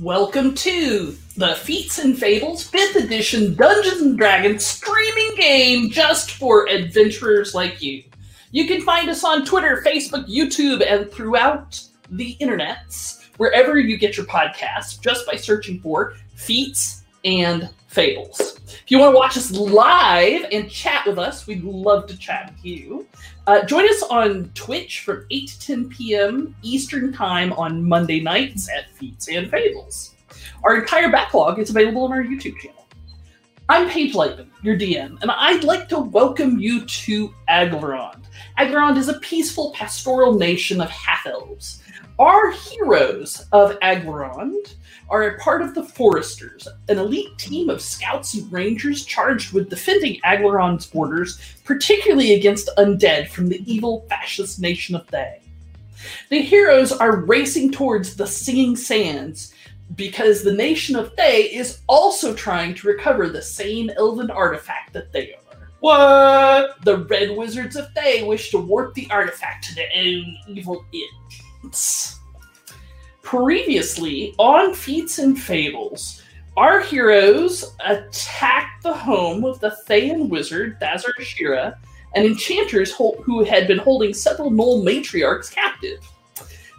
Welcome to the Feats and Fables 5th Edition Dungeons and Dragons streaming game just for adventurers like you. You can find us on Twitter, Facebook, YouTube, and throughout the internets, wherever you get your podcasts, just by searching for Feats and Fables. If you want to watch us live and chat with us, we'd love to chat with you. Uh, join us on Twitch from 8 to 10 p.m. Eastern Time on Monday nights at Feats and Fables. Our entire backlog is available on our YouTube channel. I'm Paige Lightman, your DM, and I'd like to welcome you to Aglarond. Aglarond is a peaceful pastoral nation of half elves. Our heroes of Aglarond are a part of the Foresters, an elite team of scouts and rangers charged with defending Aglarond's borders particularly against undead from the evil fascist nation of Thay. The heroes are racing towards the Singing Sands because the nation of Thay is also trying to recover the same elven artifact that they are. What? The Red Wizards of Thay wish to warp the artifact to their own evil ends. Previously, on Feats and Fables, our heroes attacked the home of the Thayan wizard, Thazar Shira, and enchanters hol- who had been holding several Knoll matriarchs captive.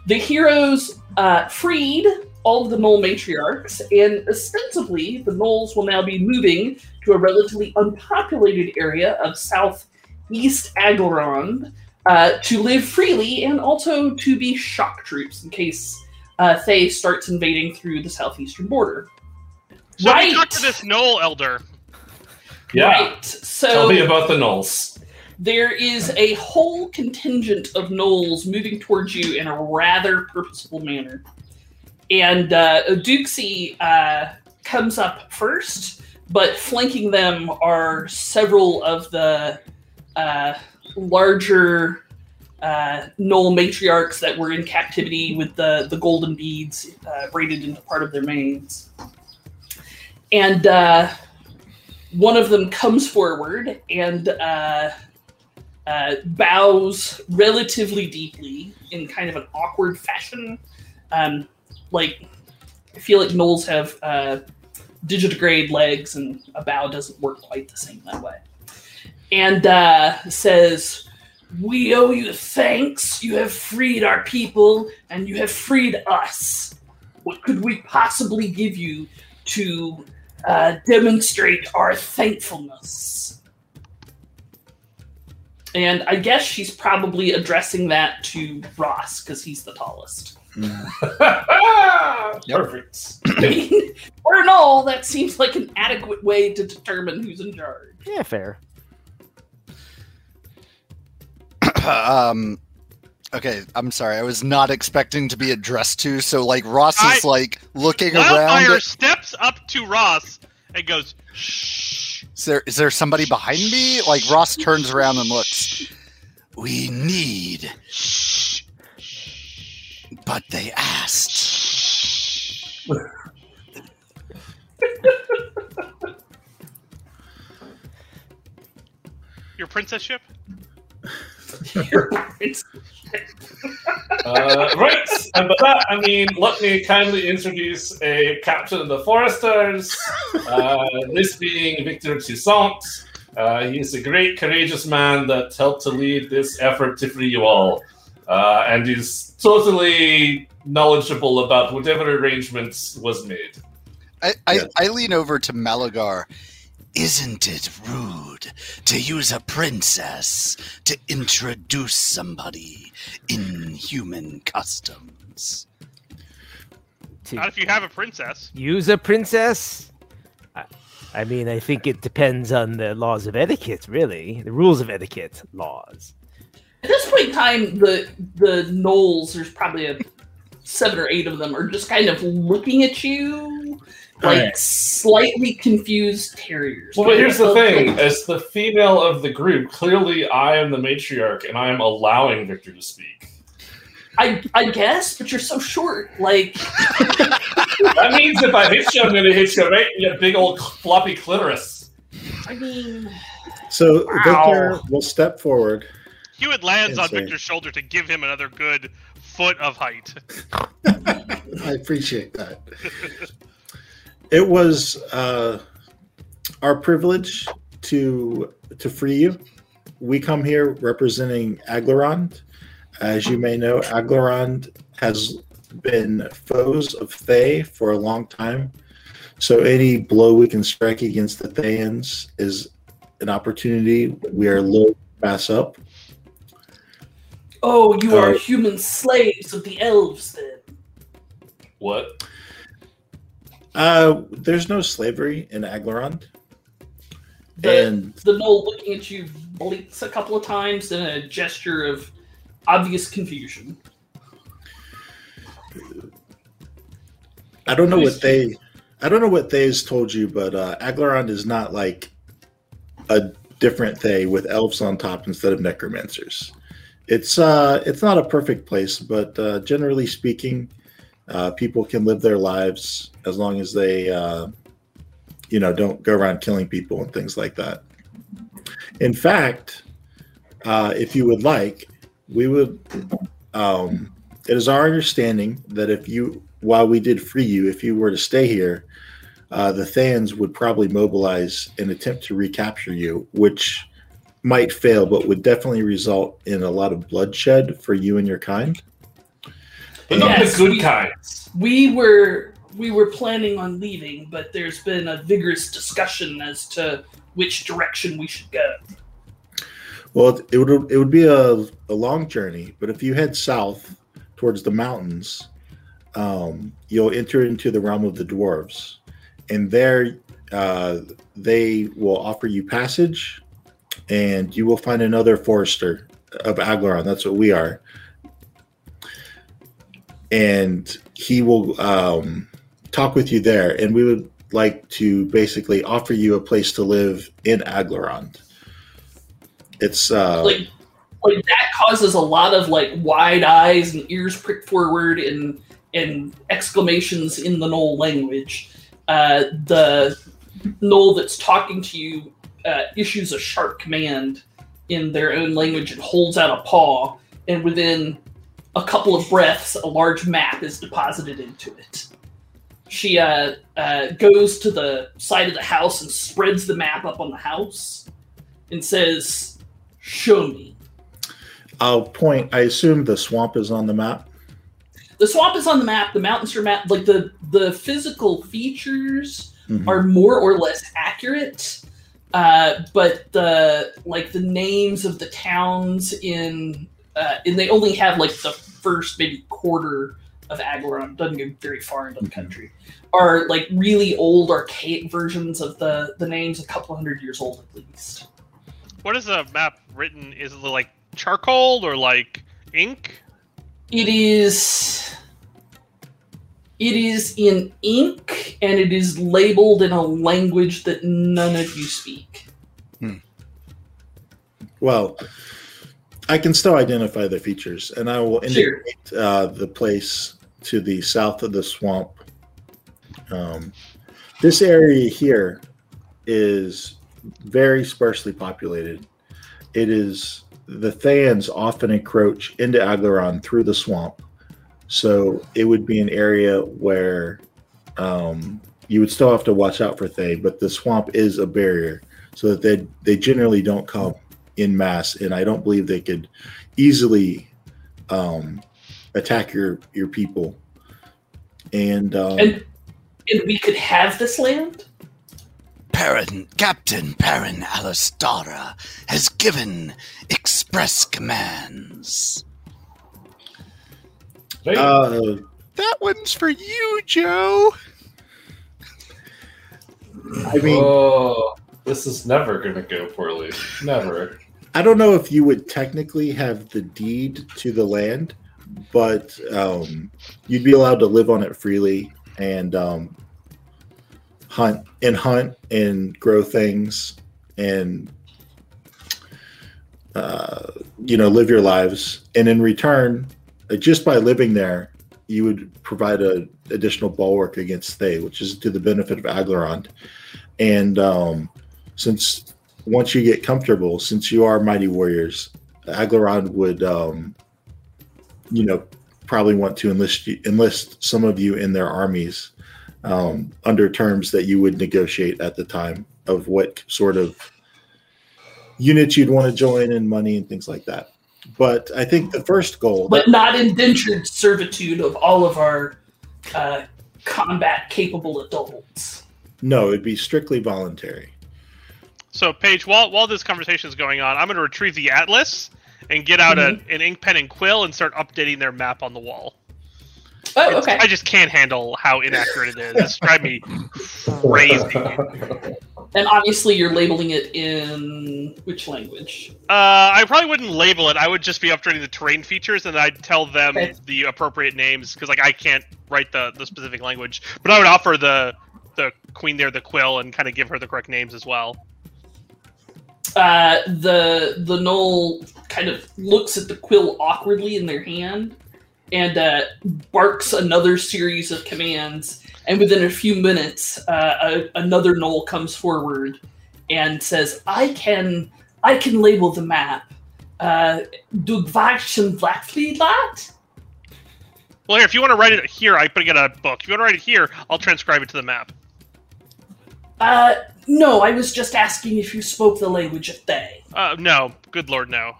The heroes uh, freed all of the Knoll matriarchs, and ostensibly, the Knolls will now be moving to a relatively unpopulated area of southeast Aglarond uh, to live freely and also to be shock troops in case uh, Thay starts invading through the southeastern border. So Right. we talked to this Knoll elder. Yeah. Right. Tell me So about the Knolls. there is a whole contingent of gnolls moving towards you in a rather purposeful manner. And uh, Oduxi uh, comes up first, but flanking them are several of the uh, larger uh, gnoll matriarchs that were in captivity with the, the golden beads uh, braided into part of their manes. And uh, one of them comes forward and uh, uh, bows relatively deeply in kind of an awkward fashion. Um, like, I feel like gnolls have uh, digitigrade legs, and a bow doesn't work quite the same that way. And uh, says, We owe you thanks. You have freed our people, and you have freed us. What could we possibly give you to uh, demonstrate our thankfulness. And I guess she's probably addressing that to Ross because he's the tallest. Perfect. or in all, that seems like an adequate way to determine who's in charge. Yeah, fair. um okay i'm sorry i was not expecting to be addressed to so like ross is I- like looking around Wildfire at- steps up to Ross and goes, "Shh." is there is there somebody behind me like ross turns around and looks we need but they asked Your princess ship? It's Uh, right. And by that, I mean, let me kindly introduce a captain of the Foresters, uh, this being Victor Toussaint. Uh, he's a great, courageous man that helped to lead this effort to free you all. Uh, and he's totally knowledgeable about whatever arrangements was made. I, I, Yes. I lean over to Malagar. Isn't it rude to use a princess to introduce somebody in human customs? To Not if you have a princess. use a princess? I, I mean, I think it depends on the laws of etiquette, really. The rules of etiquette laws. At this point in time, the the gnolls, there's probably a seven or eight of them, are just kind of looking at you like Alright. slightly confused terriers. Well, but here's the thing: as the female of the group, clearly I am the matriarch, and I am allowing Victor to speak. I, I guess, but you're so short. Like, That means if I hit you, I'm going to hit you right in your big old floppy clitoris. I mean, So Wow. Victor will step forward. Hewitt lands Yes, on sir. Victor's shoulder to give him another good foot of height. I appreciate that. It was uh, our privilege to to free you. We come here representing Aglarond. As you may know, Aglarond has been foes of Thay for a long time. So any blow we can strike against the Thayans is an opportunity we are low to pass up. Oh, you are Uh, human slaves of the elves, then. What? Uh, there's no slavery in Aglarond. The, and the knoll looking at you blinks a couple of times in a gesture of obvious confusion. I don't know what they, I don't know what they's told you, but uh, Aglarond is not like a different Thay with elves on top instead of necromancers. It's uh, it's not a perfect place, but uh, generally speaking, uh, people can live their lives as long as they, uh, you know, don't go around killing people and things like that. In fact, uh, if you would like, we would. Um, it is our understanding that if you, while we did free you, if you were to stay here, uh, the Thans would probably mobilize and attempt to recapture you, which might fail, but would definitely result in a lot of bloodshed for you and your kind. But not Yes, the good we- kinds. We were we were planning on leaving, but there's been a vigorous discussion as to which direction we should go. Well, it would it would be a, a long journey, but if you head south towards the mountains, um, you'll enter into the realm of the dwarves, and there uh, they will offer you passage, and you will find another forester of Aglaron. That's what we are, and he will um, talk with you there, and we would like to basically offer you a place to live in Aglaron. It's uh, Like like that causes a lot of like wide eyes and ears pricked forward and and exclamations in the knoll language. Uh, the knoll that's talking to you uh, issues a sharp command in their own language and holds out a paw, and within a couple of breaths, a large map is deposited into it. She uh, uh, goes to the side of the house and spreads the map up on the house and says, Show me. I'll point. I assume the swamp is on the map. the swamp is on the map the mountains are map like the the physical features Mhm. are more or less accurate uh, but the like the names of the towns in uh, and they only have like the first maybe quarter of Aglarond doesn't go very far into the Mhm. country are like really old archaic versions of the the names a couple hundred years old at least What is the map written? Is it like charcoal or like ink? It is. It is in ink, and it is labeled in a language that none of you speak. Well, I can still identify the features, and I will Sure. indicate uh, the place to the south of the swamp. Um, this area here is very sparsely populated. It is the Thans often encroach into Aglaron through the swamp, so it would be an area where um, you would still have to watch out for Thay, but the swamp is a barrier, so that they they generally don't come in mass, and I don't believe they could easily um, attack your your people. And, um, And and we could have this land. Perrin, Captain Perrin Alistara has given express commands. Right? uh, That one's for you, Joe. I mean, oh, this is never going to go poorly. Never. I don't know if you would technically have the deed to the land, but um, you'd be allowed to live on it freely and um, hunt and hunt and grow things and uh, you know live your lives. And in return, uh, just by living there, you would provide a additional bulwark against Thay, which is to the benefit of Aglarond. And um, since once you get comfortable, since you are mighty warriors, Aglarond would, um, you know, probably want to enlist you, enlist some of you in their armies um, under terms that you would negotiate at the time of what sort of units you'd want to join and money and things like that. But I think the first goal, but not indentured servitude of all of our uh, combat capable adults. no, it'd be strictly voluntary. So, Paige, while while this conversation is going on, I'm going to retrieve the atlas and get out Mm-hmm. a, an ink pen and quill and start updating their map on the wall. Oh, It's- okay. I just can't handle how inaccurate it is. It's driving me crazy. Uh, And obviously, you're labeling it in which language? Uh, I probably wouldn't label it. I would just be updating the terrain features, and I'd tell them Okay. the appropriate names because, like, I can't write the, the specific language. But I would offer the the queen there the quill and kind of give her the correct names as well. Uh, the the knoll kind of looks at the quill awkwardly in their hand and uh, barks another series of commands. And within a few minutes, uh, a, another knoll comes forward and says, "I can I can label the map." Uh, Dugvachsen Blackfleet Well, here, if you want to write it here, I put it in a book. If you want to write it here, I'll transcribe it to the map. Uh, no, I was just asking if you spoke the language of they. Uh, no, good lord, no.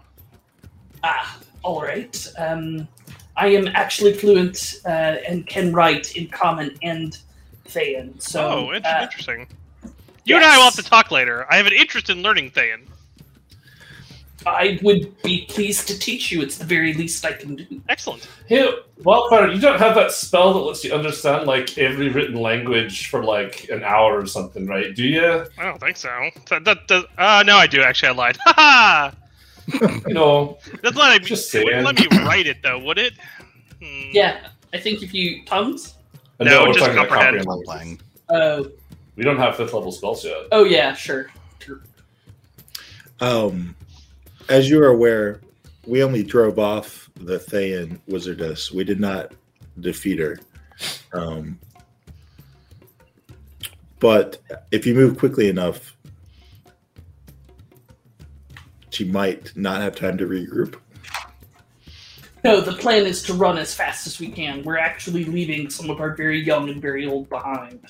Ah, all right. Um, I am actually fluent uh, and can write in Common and Thean. So, oh, int- uh, interesting. You and I will have yes. to talk later. I have an interest in learning Thayan. I would be pleased to teach you. It's the very least I can do. Excellent. Hey, Wildfire, you don't have that spell that lets you understand like every written language for like an hour or something, right? Do you? I don't think so. That, that, that- uh, no, I do actually. I lied. Ha ha! You know, That's not. I Just it wouldn't saying. let me write it though, would it? Hmm. Yeah, I think if you tongues. I No, know we're just talking about comprehend. comprehend languages. Lang. Oh, We don't have fifth level spells yet. oh yeah, sure. Sure. Um, as you are aware, we only drove off the Thean wizardess. We did not defeat her. Um, but if you move quickly enough, she might not have time to regroup. No, the plan is to run as fast as we can. We're actually leaving some of our very young and very old behind,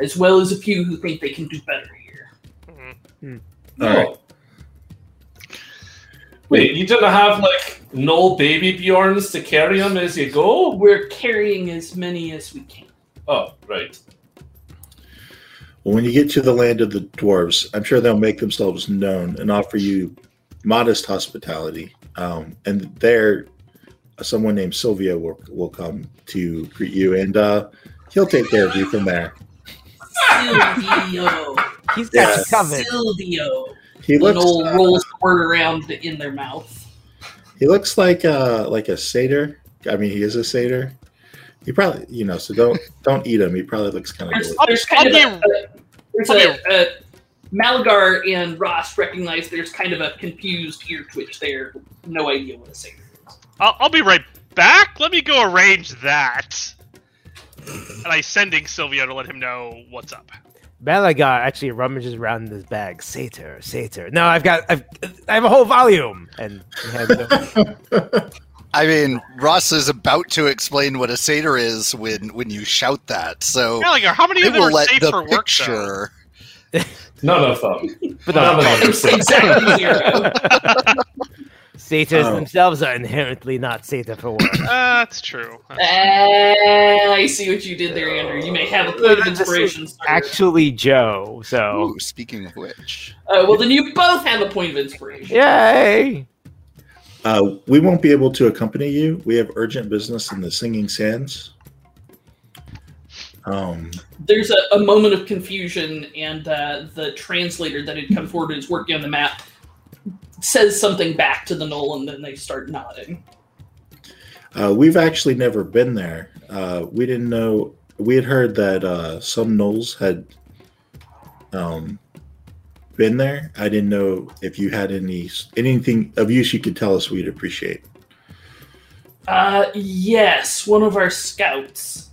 as well as a few who think they can do better here. Mhm. All No. right. Wait, you didn't have like null baby Bjorns to carry them as you go? We're carrying as many as we can. Oh, right. Well, when you get to the land of the dwarves, I'm sure they'll make themselves known and offer you modest hospitality. Um, and there, uh, someone named Sylvia will, will come to greet you, and uh, he'll take care of you from there. Silvio. He's got Yeah. you covered. Silvio. He An looks old uh, rolls the word around in their mouth. he looks like uh like a satyr. I mean, he is a satyr. He probably you know so don't don't eat him. He probably looks kind of There's, delicious. there's kind of a, there's I'll a, a Malagar and Ross recognize there's kind of a confused ear twitch there. No idea what to say. I'll, I'll be right back. Let me go arrange that. And I sending Silvio to let him know what's up. Malagar actually rummages around in his bag. Satyr, satyr. No, I've got, I've, I have a whole volume. And he hands it over. I mean, Ross is about to explain what a satyr is when when you shout that. So Gallagher, how many we of them Oh, will are let safe the for work? though? picture. None of them. But None no, of them. It's exactly zero. satyrs Oh. themselves are inherently not satyr for work. Uh, that's true. "Oh, Ah, I see what you did there, Andrew. You may have a point of inspiration. sir. actually Joe. So Ooh, speaking of which, Uh, well, then you both have a point of inspiration. yay! Uh, we won't be able to accompany you. We have urgent business in the Singing Sands. Um, there's a, a moment of confusion, and uh, the translator that had come forward and is working on the map says something back to the knoll, and then they start nodding. Uh, we've actually never been there. Uh, we didn't know. We had heard that uh, some Knowles had um, been there. I didn't know if you had any anything of use you could tell us. We'd appreciate. Uh, yes, one of our scouts.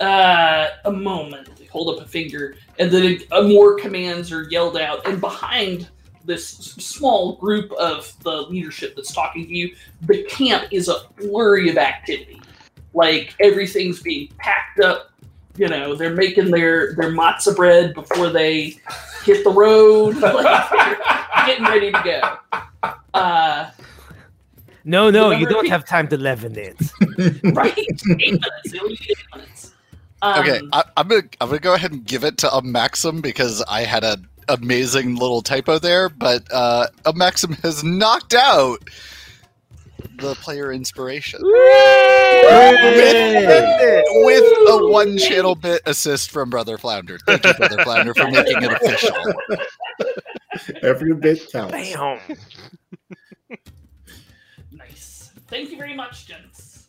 Uh, a moment. They hold up a finger, and then a, more commands are yelled out, and behind this s- small group of the leadership that's talking to you, the camp is a flurry of activity. like everything's being packed up. You know, they're making their their matzah bread before they hit the road, like, they're getting ready to go. Uh, No, no, you Remember don't pe- have time to leaven it. right? Eight minutes. They only need eight minutes. Um, Okay, I, I'm gonna I'm gonna go ahead and give it to a Maxim because I had a amazing little typo there, but uh, a Maxim has knocked out the player inspiration with a one channel bit assist from Brother Flounder. Thank you, Brother Flounder, for making it official. Every bit counts. Bam. Nice. Thank you very much, gents.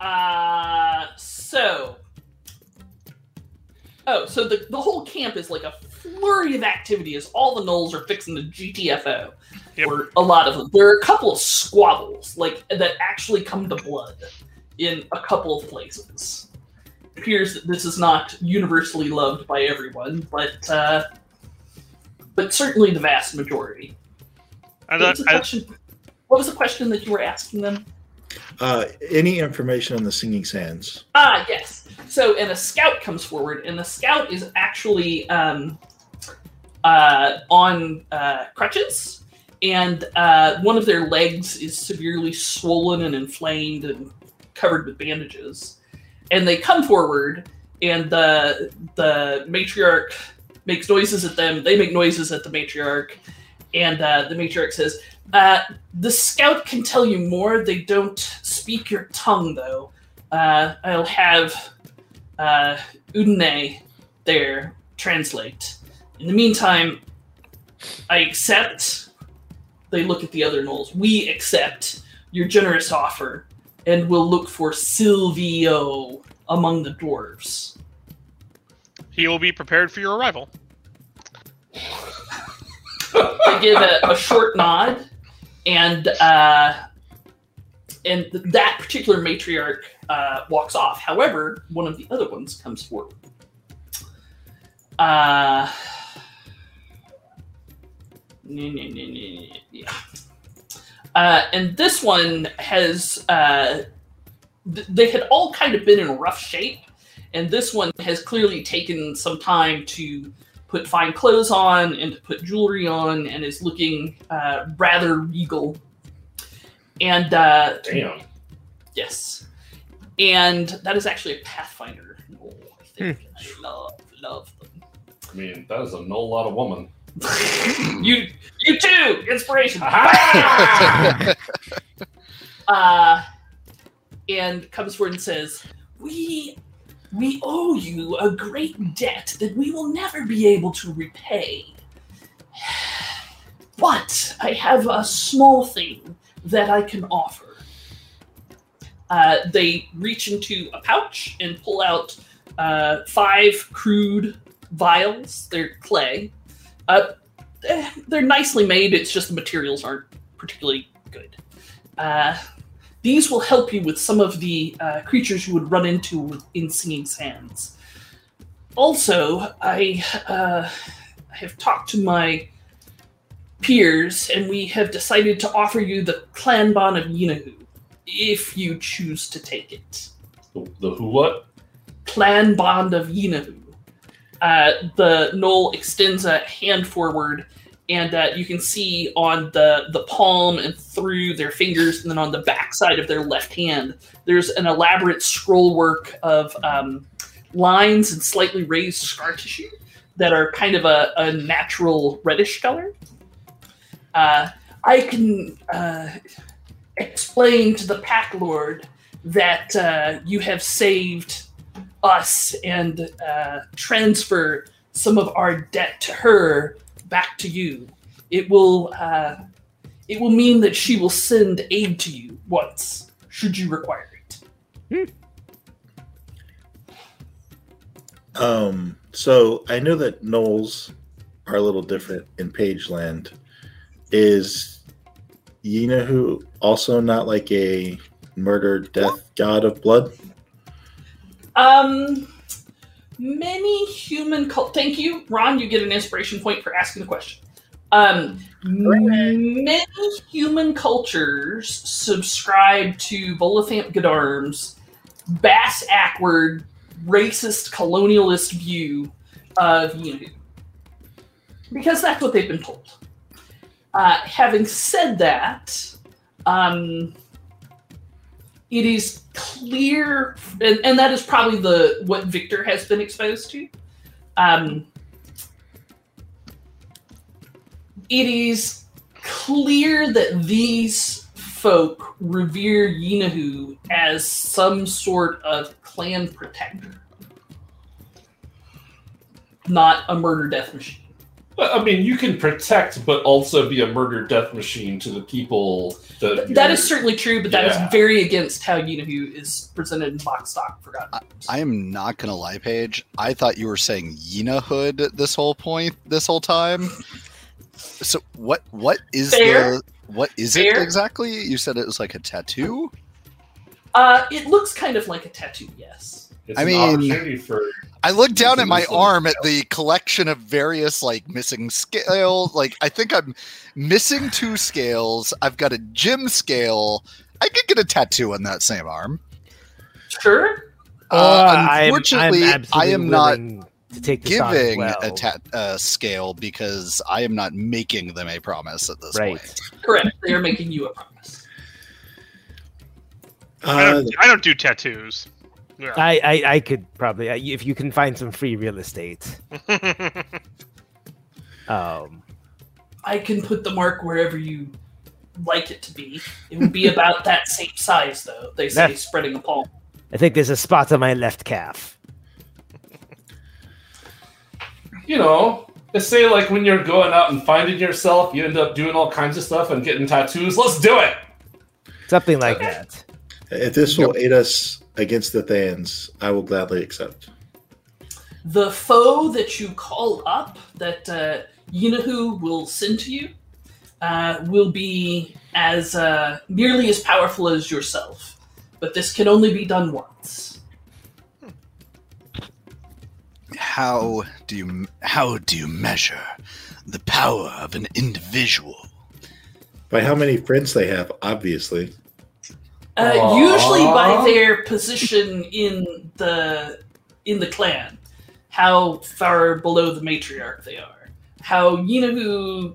Uh, so. Oh, so the, the whole camp is like a flurry of activity as all the gnolls are fixing the GTFO. Yep. Or a lot of them. There are a couple of squabbles, like, that actually come to blood in a couple of places. It appears that this is not universally loved by everyone, but, uh, but certainly the vast majority. I What thought, was the I, question- what was the question that you were asking them? Uh, any information on the singing sands? Ah, yes. So, and a scout comes forward, and the scout is actually um, uh, on uh, crutches, and uh, one of their legs is severely swollen and inflamed and covered with bandages. And they come forward, and the the matriarch makes noises at them. They make noises at the matriarch, and uh, the matriarch says, uh, "The scout can tell you more. They don't speak your tongue, though." uh, I'll have uh, Udine there translate. In the meantime, I accept. They look at the other gnolls. We accept your generous offer, and we'll look for Silvio among the dwarves. he will be prepared for your arrival. I give a, a short nod, and uh, and th- that particular matriarch uh, walks off. However, one of the other ones comes forward. Uh, no, no, no, no, no, yeah. Uh, and this one has uh, th- they had all kind of been in rough shape, and this one has clearly taken some time to put fine clothes on and to put jewelry on and is looking uh, rather regal. And uh, Damn. yes, and that is actually a Pathfinder. Oh, I think I love love I mean, that is a no lot of woman. them. you you too inspiration. Aha! uh, and comes forward and says, "We we owe you a great debt that we will never be able to repay. But I have a small thing that I can offer." Uh, they reach into a pouch and pull out uh, five crude vials. They're clay. Uh, eh, they're nicely made. It's just the materials aren't particularly good. Uh, these will help you with some of the uh, creatures you would run into with- in Singing Sands. Also, I uh, I have talked to my peers, and we have decided to offer you the clan bond of Yinahu, if you choose to take it. the, the who what? Clan bond of Yinahu. Uh, the knoll extends a hand forward, and uh, you can see on the, the palm and through their fingers, and then on the backside of their left hand, there's an elaborate scroll work of um, lines and slightly raised scar tissue that are kind of a, a natural reddish color. Uh, I can uh, explain to the Pack Lord that uh, you have saved us and uh, transfer some of our debt to her back to you. It will uh, it will mean that she will send aid to you once, should you require it. Um, so I know that Knowles are a little different in Pageland. Is Yinahu also not like a murder death god of blood? Um, many human cult. Thank you, Ron. You get an inspiration point for asking the question. Um, many human cultures subscribe to Volothamp Godarm's bass ackward, racist, colonialist view of Unity. Because that's what they've been told. Uh, having said that, um, it is clear, and, and that is probably the what Victor has been exposed to. Um, it is clear that these folk revere Yinahu as some sort of clan protector, not a murder death machine. But, I mean, you can protect, but also be a murder death machine to the people that. That you're- is certainly true, but that is Yeah. very against how Yinahu is presented in Box Stock Forgotten. Realms. I am not gonna lie, Paige. I thought you were saying Yina Hood this whole point, this whole time. So what? What is Fair. the? What is Fair. it exactly? You said it was like a tattoo. Uh, it looks kind of like a tattoo, yes. It's I an mean- opportunity for I looked down at my Missing arm at the collection of various like missing scale. Like I think I'm missing two scales. I've got a gym scale. I could get a tattoo on that same arm. Sure. Uh, Oh, I'm- unfortunately, I'm, absolutely I am not willing to take this on as Giving well. a tat uh, scale because I am not making them a promise at this Right. point. Correct. They are making you a promise. I Uh, don't, I don't do tattoos. Yeah. I, I I could probably I- if you can find some free real estate. Um, I can put the mark wherever you like it to be. It would be about that same size, though. They say That's- spreading a palm. I think there's a spot on my left calf. you know. They say like when you're going out and finding yourself, you end up doing all kinds of stuff and getting tattoos. Let's do it. Something like that. if this will aid us against the Thans, I will gladly accept. The foe that you call up, that uh, Yinahu will send to you, uh, will be as uh, nearly as powerful as yourself. But this can only be done once. How do you how do you measure the power of an individual? By how many friends they have, obviously. Uh, usually by Aw. their position in the in the clan, how far below the matriarch they are, how Yinahu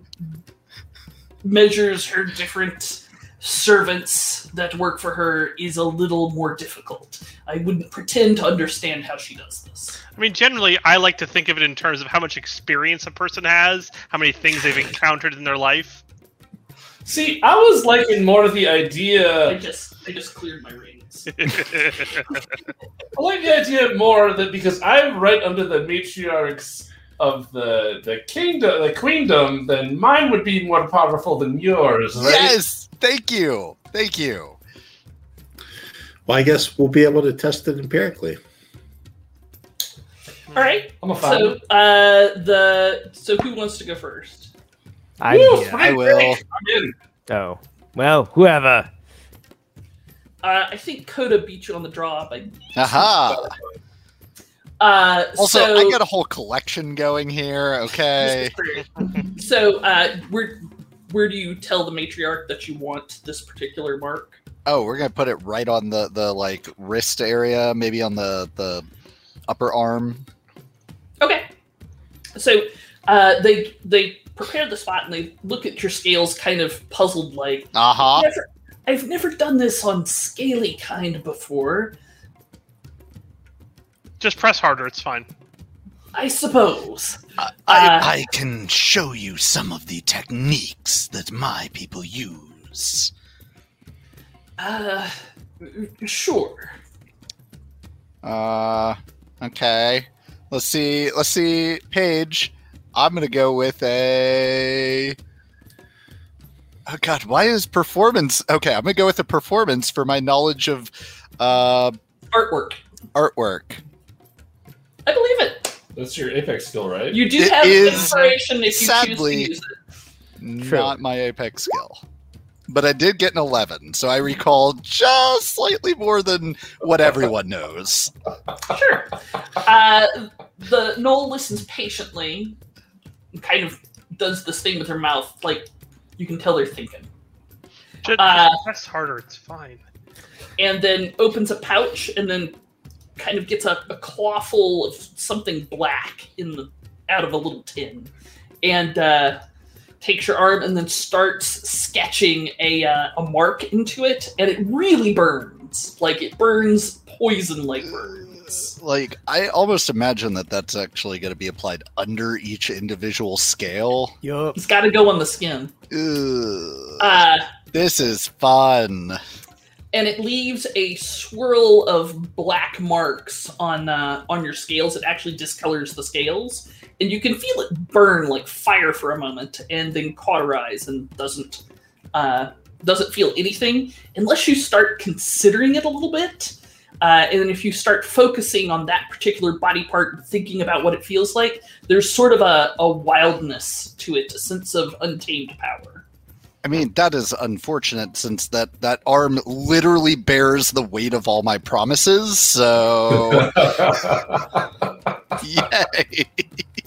measures her different servants that work for her is a little more difficult. I wouldn't pretend to understand how she does this. I mean, generally, I like to think of it in terms of how much experience a person has, how many things they've encountered in their life. See, I was liking more of the I idea. just I just cleared my rings. I like the idea more that because I'm right under the matriarchs of the the kingdom, the queendom, then mine would be more powerful than yours, right? Yes, thank you, thank you. Well, I guess we'll be able to test it empirically. All right. I'm a fan. So uh, the so who wants to go first? I'm Woo, here. I free will. drink. I'm in. Oh well, whoever. Uh, I think Coda beat you on the draw by. Aha! Uh, Also, so, I got a whole collection going here. Okay. So, uh, where where do you tell the matriarch that you want this particular mark? Oh, we're gonna put it right on the the like wrist area, maybe on the the upper arm. Okay. So uh, they they prepare the spot and they look at your scales, kind of puzzled, like Aha! never, I've never done this on scaly kind before. Just press harder; it's fine. I suppose. I, Uh, I can show you some of the techniques that my people use. Uh, sure. Uh, okay. Let's see. Let's see. Paige, I'm gonna go with a. Oh God, why is performance? Okay, I'm gonna go with a performance for my knowledge of uh, Artwork. artwork. I believe it. That's your apex skill, right? You do It have is inspiration if you sadly- choose to use it. True. Not my apex skill, but I did get an 11, so I recall just slightly more than what everyone knows. Sure. Uh, the Knoll listens patiently, and kind of does this thing with her mouth, like you can tell they're thinking. Just Uh, press harder; it's fine. and then opens a pouch and then kind of gets a, a clawful of something black in the out of a little tin and uh, takes your arm and then starts sketching a, uh, a mark into it and it really burns like it burns poison like burns Like, I almost imagine that that's actually going to be applied under each individual scale. Yup. it's got to go on the skin Ugh. uh, this is fun. and it leaves a swirl of black marks on uh, on your scales. It actually discolors the scales, and you can feel it burn like fire for a moment, and then cauterize, and doesn't uh, doesn't feel anything unless you start considering it a little bit. Uh, and then if you start focusing on that particular body part and thinking about what it feels like, there's sort of a, a wildness to it, a sense of untamed power. I mean, that is unfortunate since that, that arm literally bears the weight of all my promises. So, yay.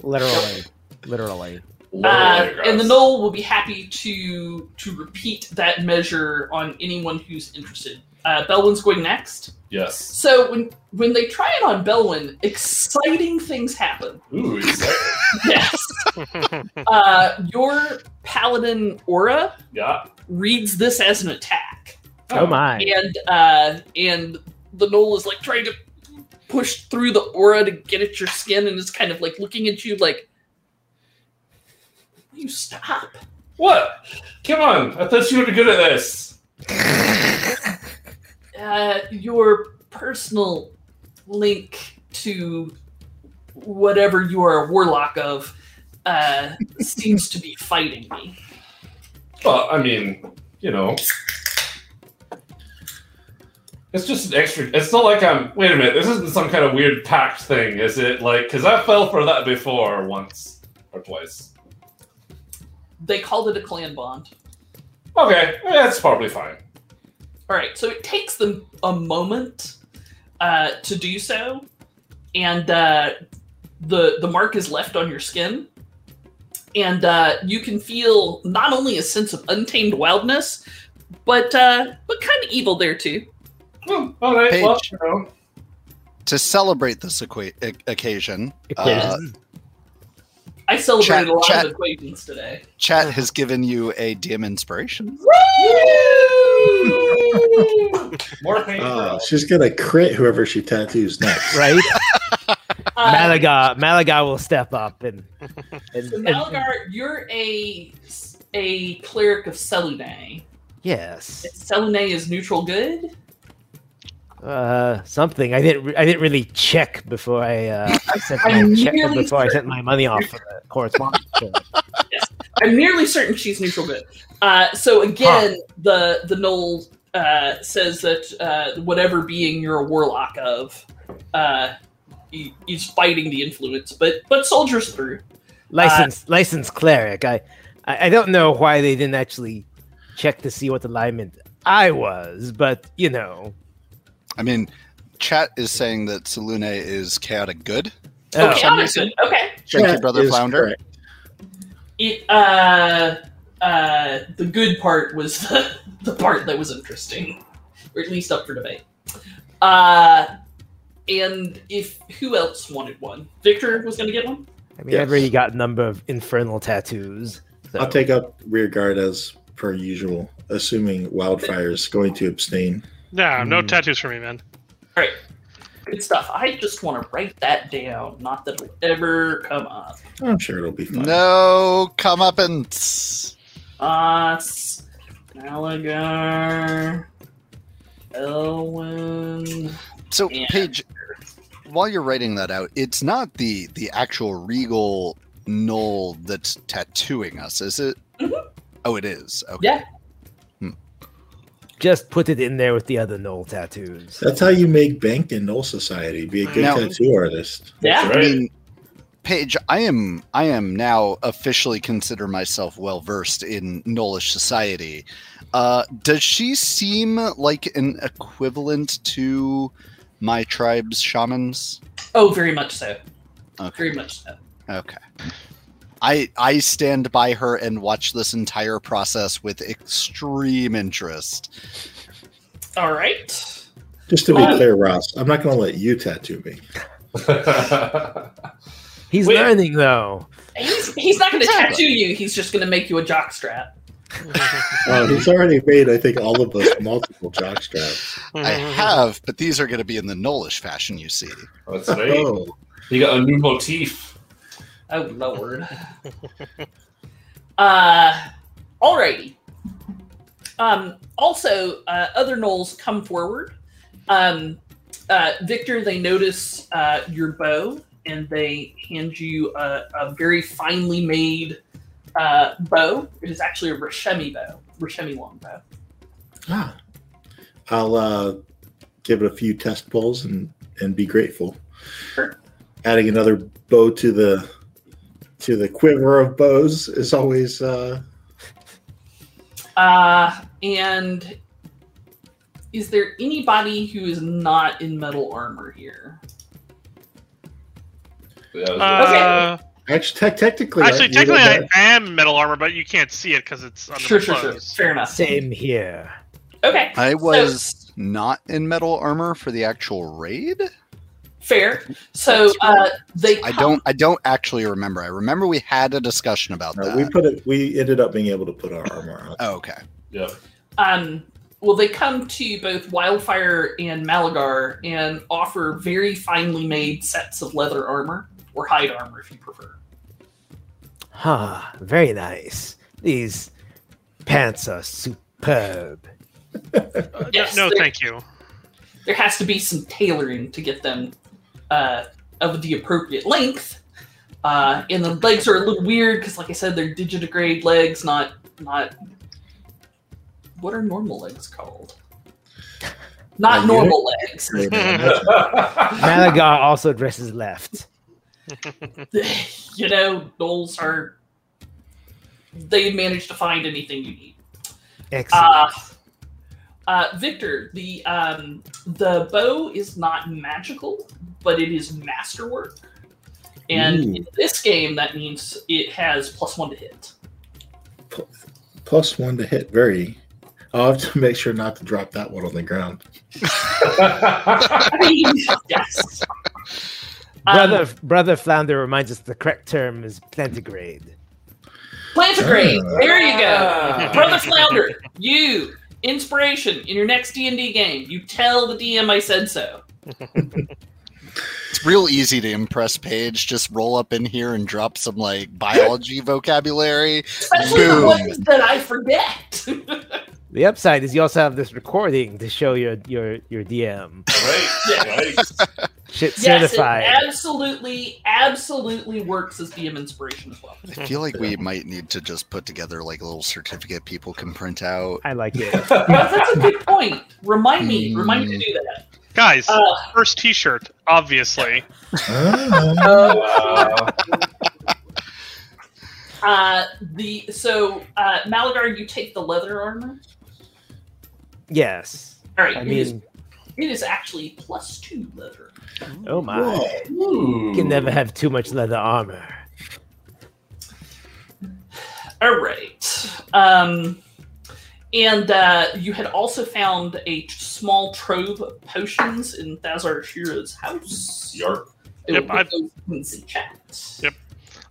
Literally. Literally. Uh, Literally, and the guys. knoll will be happy to to repeat that measure on anyone who's interested. Uh, Belwin's going next. Yes. So when when they try it on Belwin, exciting things happen. Ooh, exactly. Yes. uh, your paladin aura yeah. reads this as an attack, Oh my. and uh, and the knoll is like trying to push through the aura to get at your skin, and is kind of like looking at you like, "Will you stop." What? Come on. I thought you were good at this. uh, your personal link to whatever you are a warlock of uh, seems to be fighting me. Well, I mean, you know. It's just an extra. It's not like I'm. Wait a minute. This isn't some kind of weird pact thing, is it? Like, because I fell for that before once or twice. They called it a clan bond. Okay, that's probably fine. All right, so it takes them a moment uh, to do so, and uh, the the mark is left on your skin, and uh, you can feel not only a sense of untamed wildness, but uh, but kind of evil there too. Hmm, all right. Well, Paige. you know. To celebrate this equa- o- occasion, Equation. uh, I celebrated Chat- a lot chat. of equations today. chat has given you a DM inspiration. More pain. Uh, Oh, she's gonna crit whoever she tattoos next. Right? Uh, Malaga Malaga will step up and, and, so and- Malgar, you're a a cleric of Selune. yes. Selune is neutral good. Uh, something I didn't. Re- I didn't really check before I. Uh, I sent my I'm check nearly before I sent my money off for the correspondence. I'm nearly certain she's neutral good. Uh, so again, the the knoll uh, says that uh, whatever being you're a warlock of uh, he- he's fighting the influence, but but soldiers through. License, licensed cleric. I, I, I don't know why they didn't actually check to see what alignment I was, but you know. I mean, chat is saying that Salune is chaotic good. Oh, Oh, chaotic good. Okay. Thank you, That Brother is Flounder. correct. it uh uh the good part was the, the part that was interesting or at least up for debate uh and if who else wanted one victor was gonna get one I mean, I've already got a number of infernal tattoos. So. I'll take up rear guard as per usual, assuming Wildfire is going to abstain. No, no Hmm. Mm. tattoos for me, man. good stuff i just want to write that down not that it'll ever come up I'm sure it'll be fine. No comeuppance. us Malagar, Elwin. So, Yeah. Paige, while you're writing that out, it's not the the actual regal knoll that's tattooing us, is it? Mhm. Oh, it is. Okay. Yeah. Just put it in there with the other Knoll tattoos. That's how you make bank in Null Society. Be a good Now- tattoo artist. Yeah. I Right. mean, Paige, I am I am now officially consider myself well versed in Nolish society. Uh, does she seem like an equivalent to my tribe's shamans? Oh, very much so. Okay. Very much so. Okay. I I stand by her and watch this entire process with extreme interest. All right. Just to be clear, Ross, I'm not going to let you tattoo me. He's Wait. learning though. He's, he's not going to tattoo you. He's just going to make you a jockstrap. Uh, he's already made, I think, all of us multiple jock straps. Hmm. I Mm-hmm. have, but these are going to be in the Nolish fashion you see. That's right. Oh, You got a new motif. Oh lord. uh, alrighty. Um, also, uh, other gnolls come forward. Um, uh, Victor, they notice uh, your bow and they hand you a, a very finely made uh, bow. It is actually a Rashemi bow, Rashemi longbow. ah. I'll uh, give it a few test pulls and, and be grateful. Sure. Adding another bow to the to the quiver of bows is always uh, Uh, and is there anybody who is not in metal armor here? Yeah, that was Uh, actually te- technically Actually, right, you know technically, I that- am metal armor, but you can't see it because it's under Sure, my sure, sure. clothes. Fair Ah. enough. Same here. Okay. I so- was not in metal armor for the actual raid. Fair. So uh, they. I come- don't. I don't actually remember. I remember we had a discussion about no, that. we put it. We ended up being able to put our armor on. oh, okay. Yeah. Um, well, they come to both Wildfire and Malagar and offer very finely made sets of leather armor or hide armor, if you prefer. Huh. Very nice. These pants are superb. Uh, no- Yes, no, there- thank you. There has to be some tailoring to get them uh, of the appropriate length. Uh, and the legs are a little weird because, like I said, they're digitigrade legs, not not. What are normal legs called? Not A normal legs. Wait a Uh, minute, Malagar also dresses left. you know, gnolls are. They manage to find anything you need. Excellent. Uh, uh, Victor, the um, the bow is not magical, but it is masterwork. And in this game, that means it has plus one to hit. Plus one to hit. Very. I'll have to make sure not to drop that one on the ground. I mean, yes. Um, brother, brother Flounder reminds us the correct term is plantigrade. Plantigrade. There you go. Ah. Brother Flounder, you inspiration in your next D and D game. You tell the DM I said so. It's real easy to impress Paige. Just roll up in here and drop some like biology vocabulary. Especially the Boom. ones that I forget. The upside is you also have this recording to show your your your DM. Right. Right. Shit Yes, it certified. absolutely, absolutely works as DM inspiration as well. I feel like we might need to just put together like a little certificate people can print out. I like it. That's a good point. Remind me, remind me to do that. Guys, Uh, first T-shirt, obviously. Ah. Wow. uh, the so uh, Malagar, you take the leather armor. Yes. All right, I it is mean, it is actually plus two leather. oh my. Whoa. You can Hmm. never have too much leather armor. All right, um, and uh, you had also found a t- small trove of potions in Thazar Shira's house. Yarp. I Yep, will put I've- those links in chat. Yep.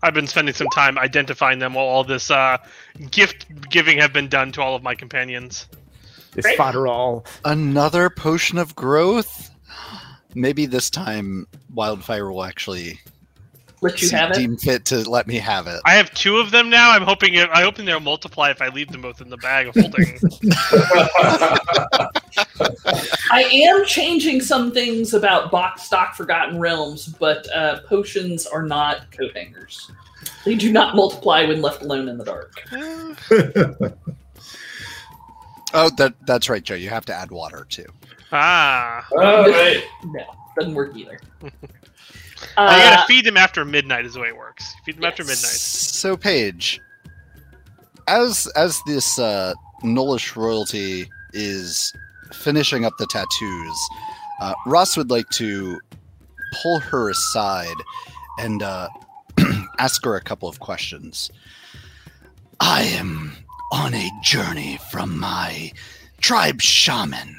I've been spending some time identifying them while all this uh, gift giving have been done to all of my companions. This Right. fodderall. Another potion of growth. Maybe this time Wildfire will actually Let you have it. deem fit to let me have it. I have two of them now. I'm hoping it, I hope they'll multiply if I leave them both in the bag of holding. I am changing some things about box stock Forgotten Realms, but uh, potions are not coat hangers. They do not multiply when left alone in the dark. Oh, that that's right, Joe. You have to add water too. ah, All right. No, doesn't work either. I Uh, gotta feed them after midnight is the way it works. Feed them after midnight. So, Paige, as as this uh, Nolish royalty is finishing up the tattoos, uh, Ross would like to pull her aside and uh, ask her a couple of questions. I am on a journey from my tribe shaman.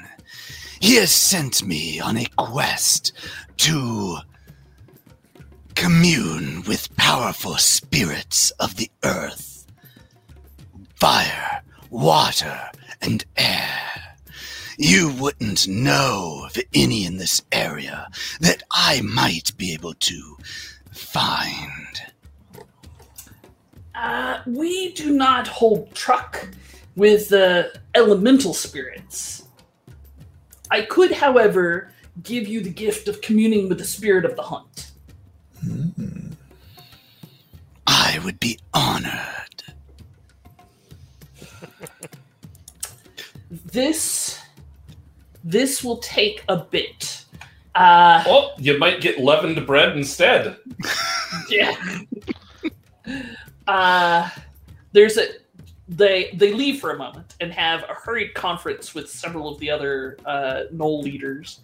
He has sent me on a quest to commune with powerful spirits of the earth, fire, water, and air. You wouldn't know of any in this area that I might be able to find. Uh, we do not hold truck with the elemental spirits. I could, however, give you the gift of communing with the spirit of the hunt. I would be honored. This this will take a bit. Uh, Oh, you might get leavened bread instead. yeah. uh, there's a they they leave for a moment and have a hurried conference with several of the other uh, Knoll leaders,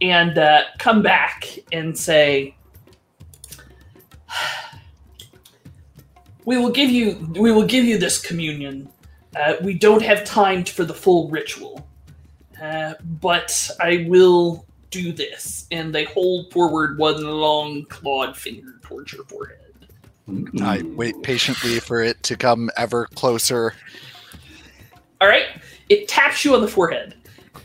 and uh, come back and say, "We will give you we will give you this communion. Uh, we don't have time for the full ritual, uh, but I will." Do this, and they hold forward one long clawed finger towards your forehead. I wait patiently for it to come ever closer. All right. It taps you on the forehead,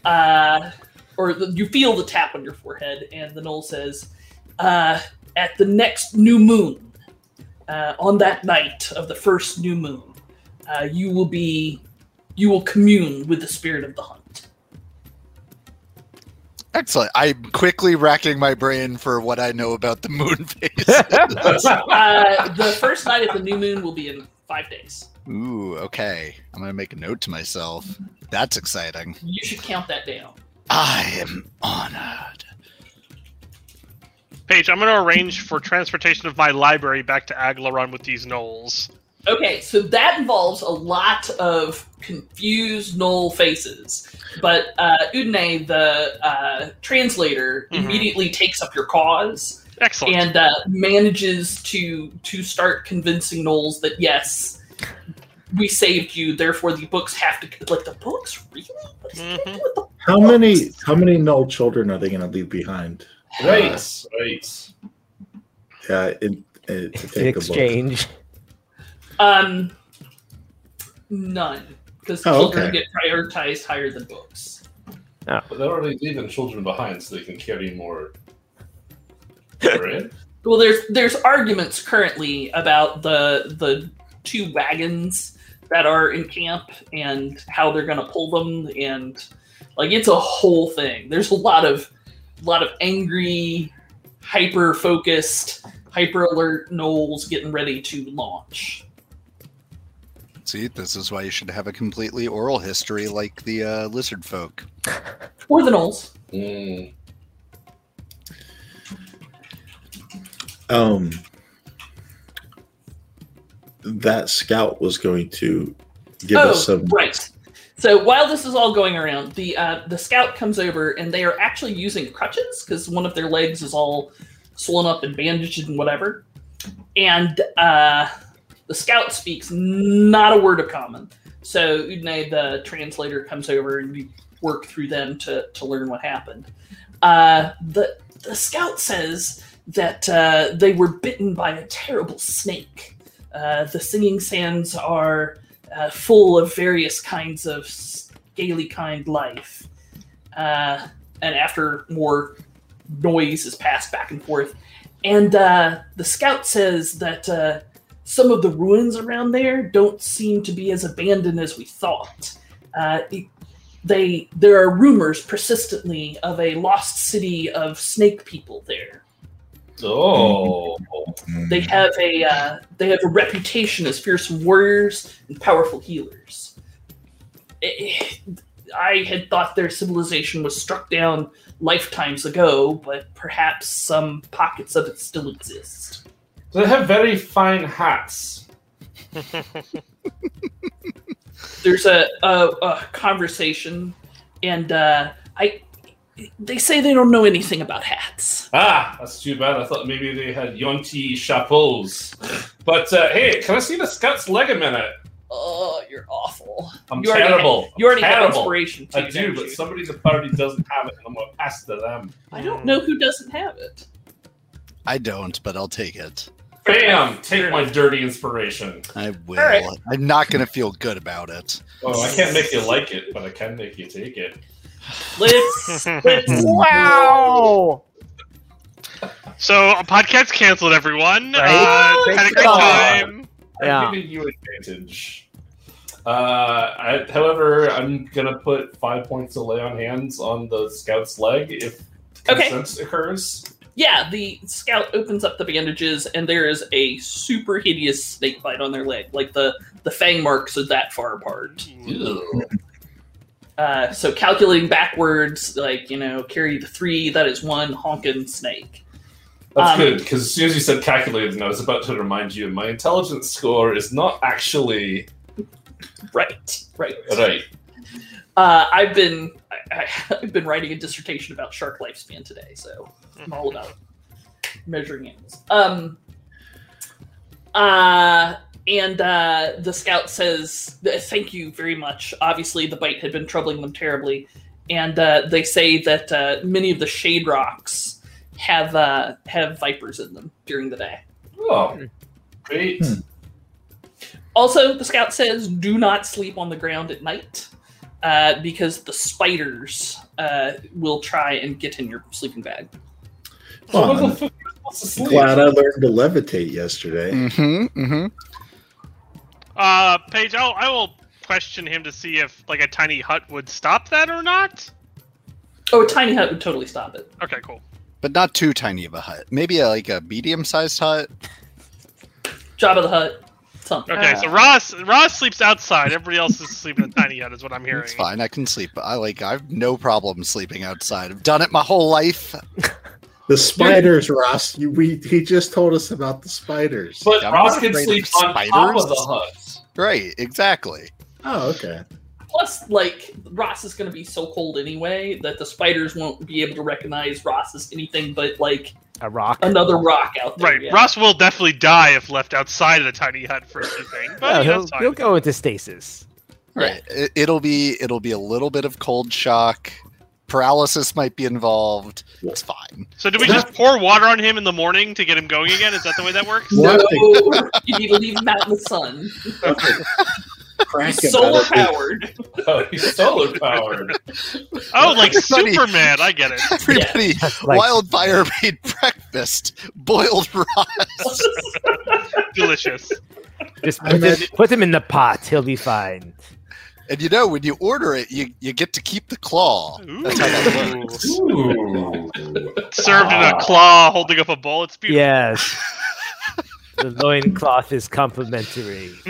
uh, or the, you feel the tap on your forehead, and the knoll says, uh, "At the next new moon, uh, on that night of the first new moon, uh, you will be, you will commune with the spirit of the hunt." Excellent. I'm quickly racking my brain for what I know about the moon phase. Uh, the first night of the new moon will be in five days. Ooh, okay. I'm going to make a note to myself. That's exciting. You should count that down. I am honored. Paige, I'm going to arrange for transportation of my library back to Aglaron with these gnolls. Okay, so that involves a lot of confused null faces. But uh, Udine, the uh, translator, Mhm. immediately takes up your cause Excellent. and uh, manages to to start convincing Knowles that yes, we saved you. Therefore, the books have to like the books. Really, what is he doing with the How many how many null children are they going to leave behind? Right, right. Yeah, in, In in, to take the book. exchange. um none because Oh, children okay. get prioritized higher than books. But they're already leaving children behind so they can carry more. bread. Well, there's there's arguments currently about the the two wagons that are in camp and how they're going to pull them, and like it's a whole thing. There's a lot of lot of angry, hyper focused, hyper alert Knowles getting ready to launch. See, this is why you should have a completely oral history like the uh, lizard folk. Or the Knowles. Mm. Um, that scout was going to give oh, us some. right. So while this is all going around, the uh, the scout comes over and they are actually using crutches because one of their legs is all swollen up and bandaged and whatever. And uh, the scout speaks not a word of common. So Udine, the translator, comes over and you work through them to, to learn what happened. Uh, the the scout says that uh, they were bitten by a terrible snake. Uh, the singing sands are uh, full of various kinds of scaly kind life. Uh, and after more noise is passed back and forth, and uh, the scout says that uh, some of the ruins around there don't seem to be as abandoned as we thought. Uh, it, they there are rumors persistently of a lost city of snake people there. Oh, They um, Hmm. have a uh, they have a reputation as fearsome warriors and powerful healers. Eh, I had thought their civilization was struck down lifetimes ago, but perhaps some pockets of it still exist. they have very fine hats. There's a a, a conversation, and uh, I they say they don't know anything about hats. Ah, that's too bad. I thought maybe they had yonty chapeaus. But uh, hey, can I see the scout's leg a minute? Oh, you're awful. terrible. I'm You already had- terrible. You already have terrible. inspiration too. I do, don't but you? somebody in the party doesn't have it, and I'm going to pass to them. I don't know who doesn't have it. I don't, but I'll take it. Bam! Take my dirty inspiration. I will. right. I'm not going to feel good about it. Oh, I can't make you like it, but I can make you take it. Let's let's Wow. So a podcast canceled, everyone. Uh, Right? Thanks had a for great calling. time. I'm Yeah. giving you advantage. Uh, I, however, I'm gonna put five points of lay on hands on the scout's leg if Okay. consent occurs. Yeah, the scout opens up the bandages, and there is a super hideous snake bite on their leg. Like the the fang marks are that far apart. Uh, so calculating backwards, like you know, carry the three. That is one honkin' snake. That's Um, good because as soon as you said calculated, and I was about to remind you, my intelligence score is not actually Right, right. right. Uh, I've been I, I, I've been writing a dissertation about shark lifespan today, so I'm all about measuring animals. Um. Uh, and uh, the scout says, "Thank you very much." Obviously, the bite had been troubling them terribly, and uh, they say that uh, many of the shade rocks have uh, have vipers in them during the day. Hmm. Oh, great! Hmm. Also, the scout says do not sleep on the ground at night uh, because the spiders uh, will try and get in your sleeping bag. So what Fun. the fuck am I supposed to sleep? Glad I learned to levitate yesterday. Mm-hmm. Mm-hmm. Uh, Paige, I'll, I will question him to see if like a tiny hut would stop that or not. Oh, a tiny hut would totally stop it. Okay, cool. But not too tiny of a hut. Maybe a, like a medium-sized hut. Job of the hut, something. Okay, so Ross Ross sleeps outside. Everybody else is sleeping in a tiny hut, is what I'm hearing. It's fine. I can sleep. I like. I've no problem sleeping outside. I've done it my whole life. The spiders, Ross. You, we he just told us about the spiders. But I'm Ross not can afraid of sleep on top of the spiders. hut. Right. Exactly. Oh, okay. Plus, like Ross is going to be so cold anyway that the spiders won't be able to recognize Ross as anything but like A rock. another rock out there. Right, yeah. Ross will definitely die if left outside of the tiny hut for anything. Oh, But you know, he'll, it's fine. he'll go into stasis. Right. It, it'll be. It'll be a little bit of cold shock. Paralysis might be involved. It's fine. So do we just pour water on him in the morning to get him going again? Is that the way that works? No, One you need to leave him out in the sun. Crack about Solar it is- powered. Oh, he's solar powered. Oh, like Everybody- Superman. I get it. Everybody, like- wildfire made breakfast, boiled rock. Delicious. Just I put, him, imagine- put him in the pot. He'll be fine. And you know, when you order it, you, you get to keep the claw. Ooh. That's how that works. Ooh. Served in a claw, holding up a bowl. It's beautiful. Yes. the loincloth is complimentary.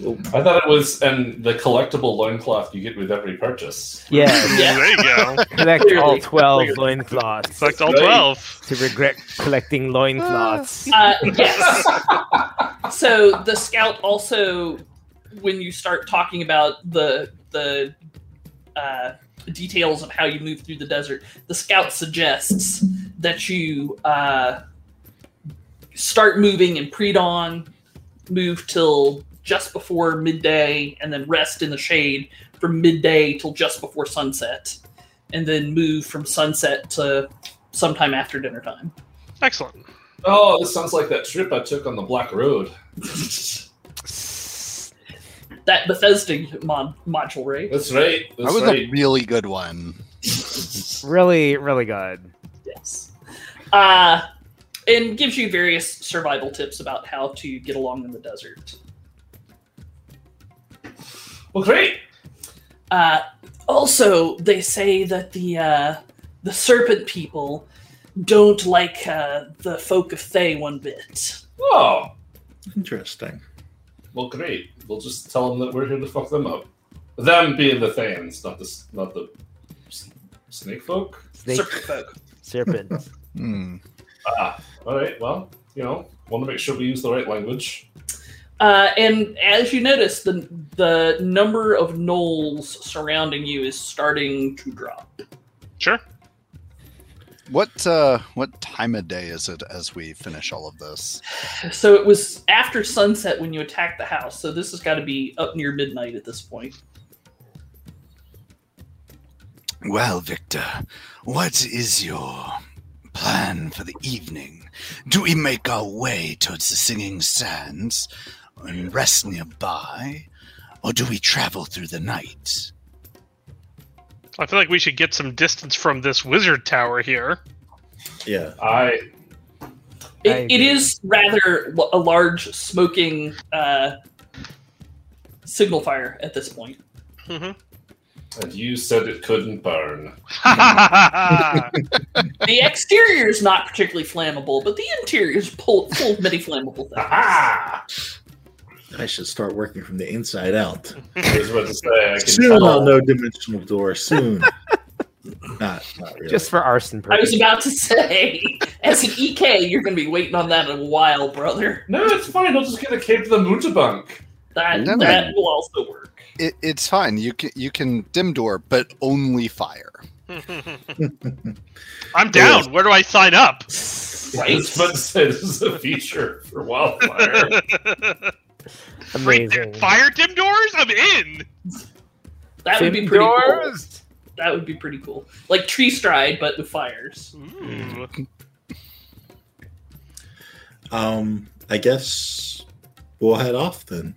I thought it was and the collectible loincloth you get with every purchase. Yes. Yeah. There you go. Collect all Clearly. 12 loincloths. Collect all Right. twelve. to regret collecting loincloths. Uh, yes. so the scout also, when you start talking about the the uh, details of how you move through the desert, the scout suggests that you uh, start moving in pre-dawn, move till just before midday, and then rest in the shade from midday till just before sunset, and then move from sunset to sometime after dinner time. Excellent. Oh, this sounds like that trip I took on the Black Road. that Bethesda mod- module, right? That's right. That That's was right. a really good one. Really, really good. Yes. Uh, and gives you various survival tips about how to get along in the desert. Well, great. Uh, also, they say that the uh, the serpent people don't like uh, the folk of Thay one bit. Oh, Interesting. well, great. We'll just tell them that we're here to fuck them up. Them being the Thans, not the s- not the s- snake folk. Snake Serpent folk. serpent. Hmm. Ah, all right. Well, you know, want to make sure we use the right language. Uh, and as you notice, the the number of gnolls surrounding you is starting to drop. Sure. What uh, what time of day is it as we finish all of this? So it was after sunset when you attacked the house. So this has got to be up near midnight at this point. Well, Victor, what is your plan for the evening? Do we make our way towards the Singing Sands and rest nearby, or do we travel through the night? I feel like we should get some distance from this wizard tower here. Yeah. I I It, it agree. is rather l- a large smoking uh, signal fire at this point. and you said it couldn't burn. Mm-hmm. The exterior is not particularly flammable, but the interior is full, full of many flammable things. Aha! I should start working from the inside out. I was about to say I can Soon I'll tell. know dimensional door. Soon. not, not really. Just for arson I was purposes. about to say, as an EK, you're going to be waiting on that a while, brother. No, it's fine. I'll just get a cave to the Mutabunk. That Never. that will also work. It, it's fine. You can you can dim door, but only fire. I'm down. Where do I sign up? I was about to say this is a feature for wildfire. Right there. Amazing. Fire dim doors? I'm in. That would be Dim pretty cool. doors? That would be pretty cool. Like tree stride, but with fires. Ooh. Um, I guess we'll head off then.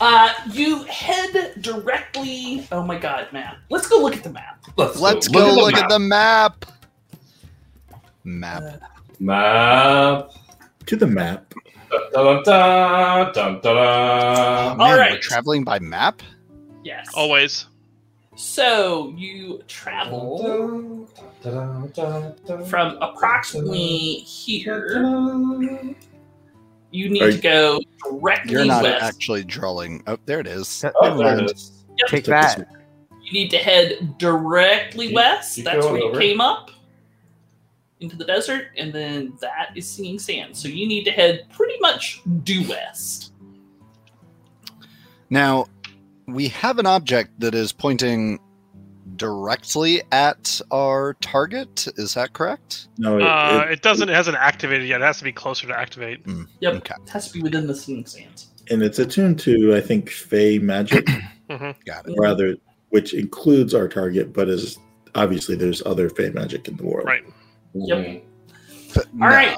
Uh, you head directly. Oh my god, map. Let's go look at the map. Let's go look, at, the map. Map. the map. To the map. Dun, dun, dun, dun, dun, dun. Oh, Man, We're right. traveling by map. Yes. Always. So you travel from approximately here. You need Are- to go directly You're not west. actually drawing. Oh, there it is. Oh, there it is. Take Took us- that. You need to head directly Keep- west. keep That's going where you over. came up into the desert, and then that is Singing Sand. So you need to head pretty much due west. Now, we have an object that is pointing directly at our target. Is that correct? No, it, Uh, it- it doesn't. It hasn't activated yet. It has to be closer to activate. Yep, Okay. it has to be within the Singing Sands. and it's attuned to I think Fey magic, Got it. Mhm. rather, which includes our target, but is obviously there's other Fey magic in the world. Right. Yep. But All right.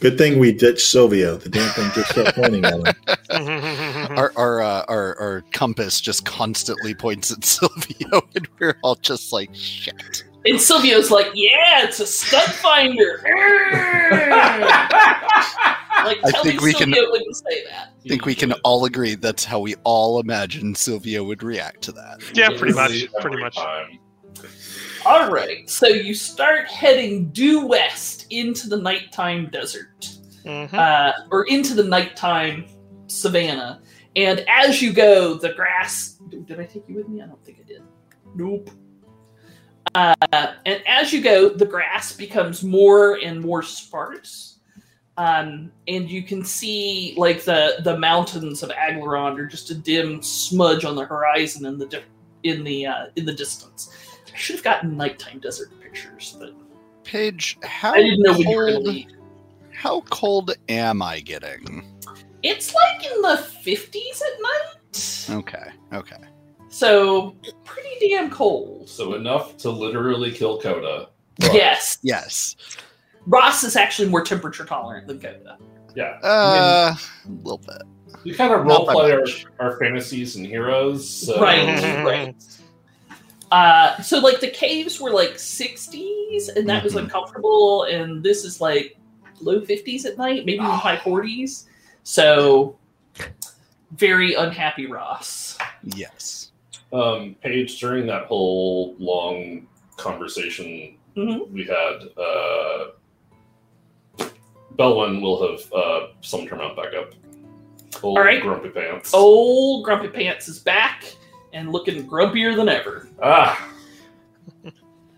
Good thing we ditched Silvio. The damn thing just kept pointing at him. Our our, uh, our our compass just constantly points at Silvio, and we're all just like, shit. And Silvio's like, "Yeah, it's a stud finder." like, I tell think me we can- Silvio wouldn't say that. I think we can all agree that's how we all imagine Silvio would react to that. yeah, Yes. pretty much. Pretty much. All right, so you start heading due west into the nighttime desert. Mhm. uh, or into the nighttime savannah. And as you go, the grass. Did I take you with me? I don't think I did. Nope. Uh, and as you go, the grass becomes more and more sparse. Um, and you can see like the the mountains of Aglarond are just a dim smudge on the horizon in the di- in the uh, in the distance. I should have gotten nighttime desert pictures, but Paige, how I didn't know when you were going to cold? leave. How cold am I getting? It's like in the fifties at night. Okay. Okay. So pretty damn cold. So enough to literally kill Coda. Yes. Yes. Ross is actually more temperature tolerant than Coda. Yeah. Uh, a little bit. We kind of Not by roleplay our, much. our fantasies and heroes. So Right, right. Uh, so like the caves were like 60s and that was Mhm. uncomfortable and this is like low 50s at night, maybe even high 40s. So very unhappy Ross. Yes. Um, Paige, during that whole long conversation Mhm. Mm-hmm. we had, uh, Belwyn will have uh, summoned her mount back up. Old All right. Grumpy Pants. Oh. Old Grumpy Pants is back and looking grumpier than ever. Ah,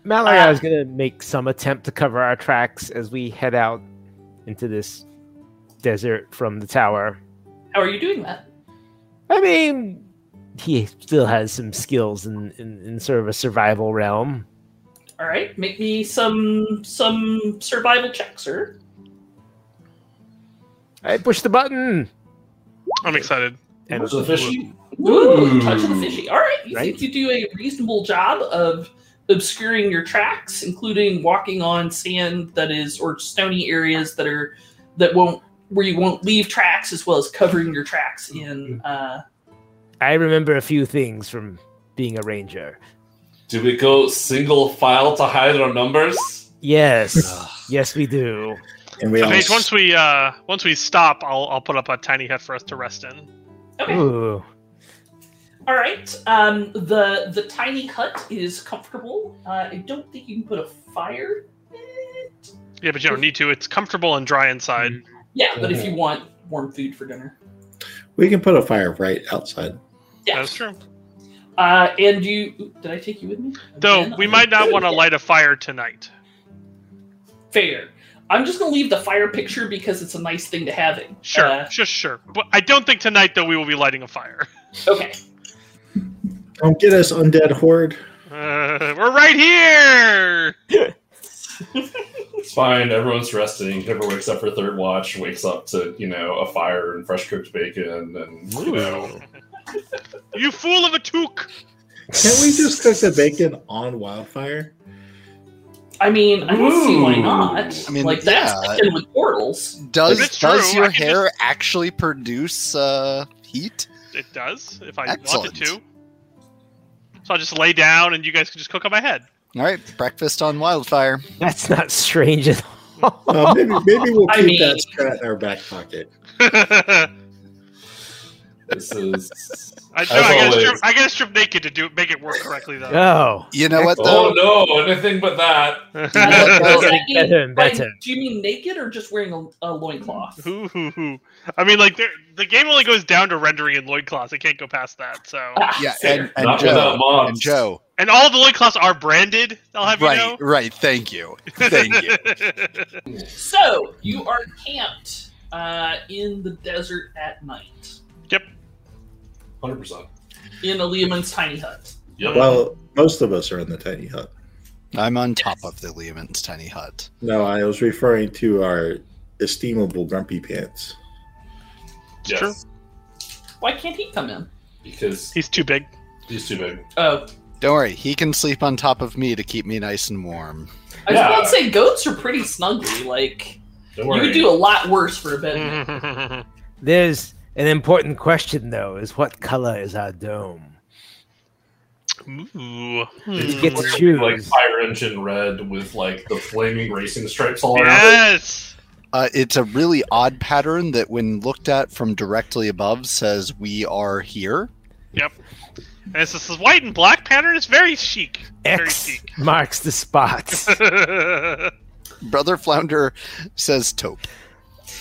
Mallory, Ah. I was gonna make some attempt to cover our tracks as we head out into this desert from the tower. How are you doing that? I mean, he still has some skills in in, in sort of a survival realm. All right, make me some some survival check, sir. I push the button. I'm excited. And So the fishy. Ooh, Ooh. touch of the fishy. All right, you Right? think you do a reasonable job of obscuring your tracks, including walking on sand that is or stony areas that are that won't where you won't leave tracks, as well as covering your tracks Mm-hmm. in. Uh, I remember a few things from being a ranger. Do we go single file to hide our numbers? Yes, yes, we do. And we So all Paige, once we uh once we stop, I'll I'll put up a tiny hut for us to rest in. okay. Ooh, All right. Um, the the tiny hut is comfortable. Uh, I don't think you can put a fire. in it. Yeah, but you don't need to. It's comfortable and dry inside. Yeah, but Mm-hmm. if you want warm food for dinner, we can put a fire right outside. yeah. That's true. Uh, and you oop, did I take you with me? Though Again? we might not want to light a fire tonight. Fair. I'm just gonna leave the fire picture because it's a nice thing to have. It. Sure, Uh, just sure. But I don't think tonight though we will be lighting a fire. okay. Don't get us undead horde. Uh, we're right here. It's fine. Everyone's resting. Everyone except for third watch wakes up to you know a fire and fresh cooked bacon and you know. You fool of a toque. Can't we just cook the bacon on wildfire? I mean, I don't see why Ooh. not. I mean, like that's yeah. thickened with portals. Does It's does true, I your can hair actually produce uh, heat? It does, if I Excellent. wanted to. So I'll just lay down and you guys can just cook on my head. All right, breakfast on wildfire. that's not strange at all. Uh, maybe maybe we'll I keep mean- that strat in our back pocket. I, This is. no, I, gotta always. strip, I gotta strip naked to do make it work correctly though. Oh, You know what Oh though? no! Anything but that. Yeah, Does well- that mean- better and Ryan, better. do you mean naked or just wearing a, a loincloth? Hoo, hoo, hoo. I mean, like there- the game only goes down to rendering in loincloths. It can't go past that. So, Ah, Yeah, fair. and, and Not without Joe. mods. And Joe. and all the loincloths are branded. I'll have Right, you know. right. Thank you. Thank you. So you are camped uh, in the desert at night Hundred percent. in a Lehman's tiny hut. Yep. Well, most of us are in the tiny hut. I'm on top of the Lehman's tiny hut. No, I was referring to our estimable grumpy pants. yes. true. Why can't he come in? Because He's too big. he's too big. Oh, Don't worry, he can sleep on top of me to keep me nice and warm. I was Yeah. about to say goats are pretty snuggly. Like Don't you worry. could do a lot worse for a bed. Mm-hmm. nap. That's There's an important question though: is what color is our dome? You get Hmm. to like choose. fire engine red with like the flaming racing stripes all around. Yes. Uh, it's a really odd pattern that, when looked at from directly above, says we are here. And it's this white and black pattern. It's very chic. Very X chic. marks the spot. Brother Flounder says taupe.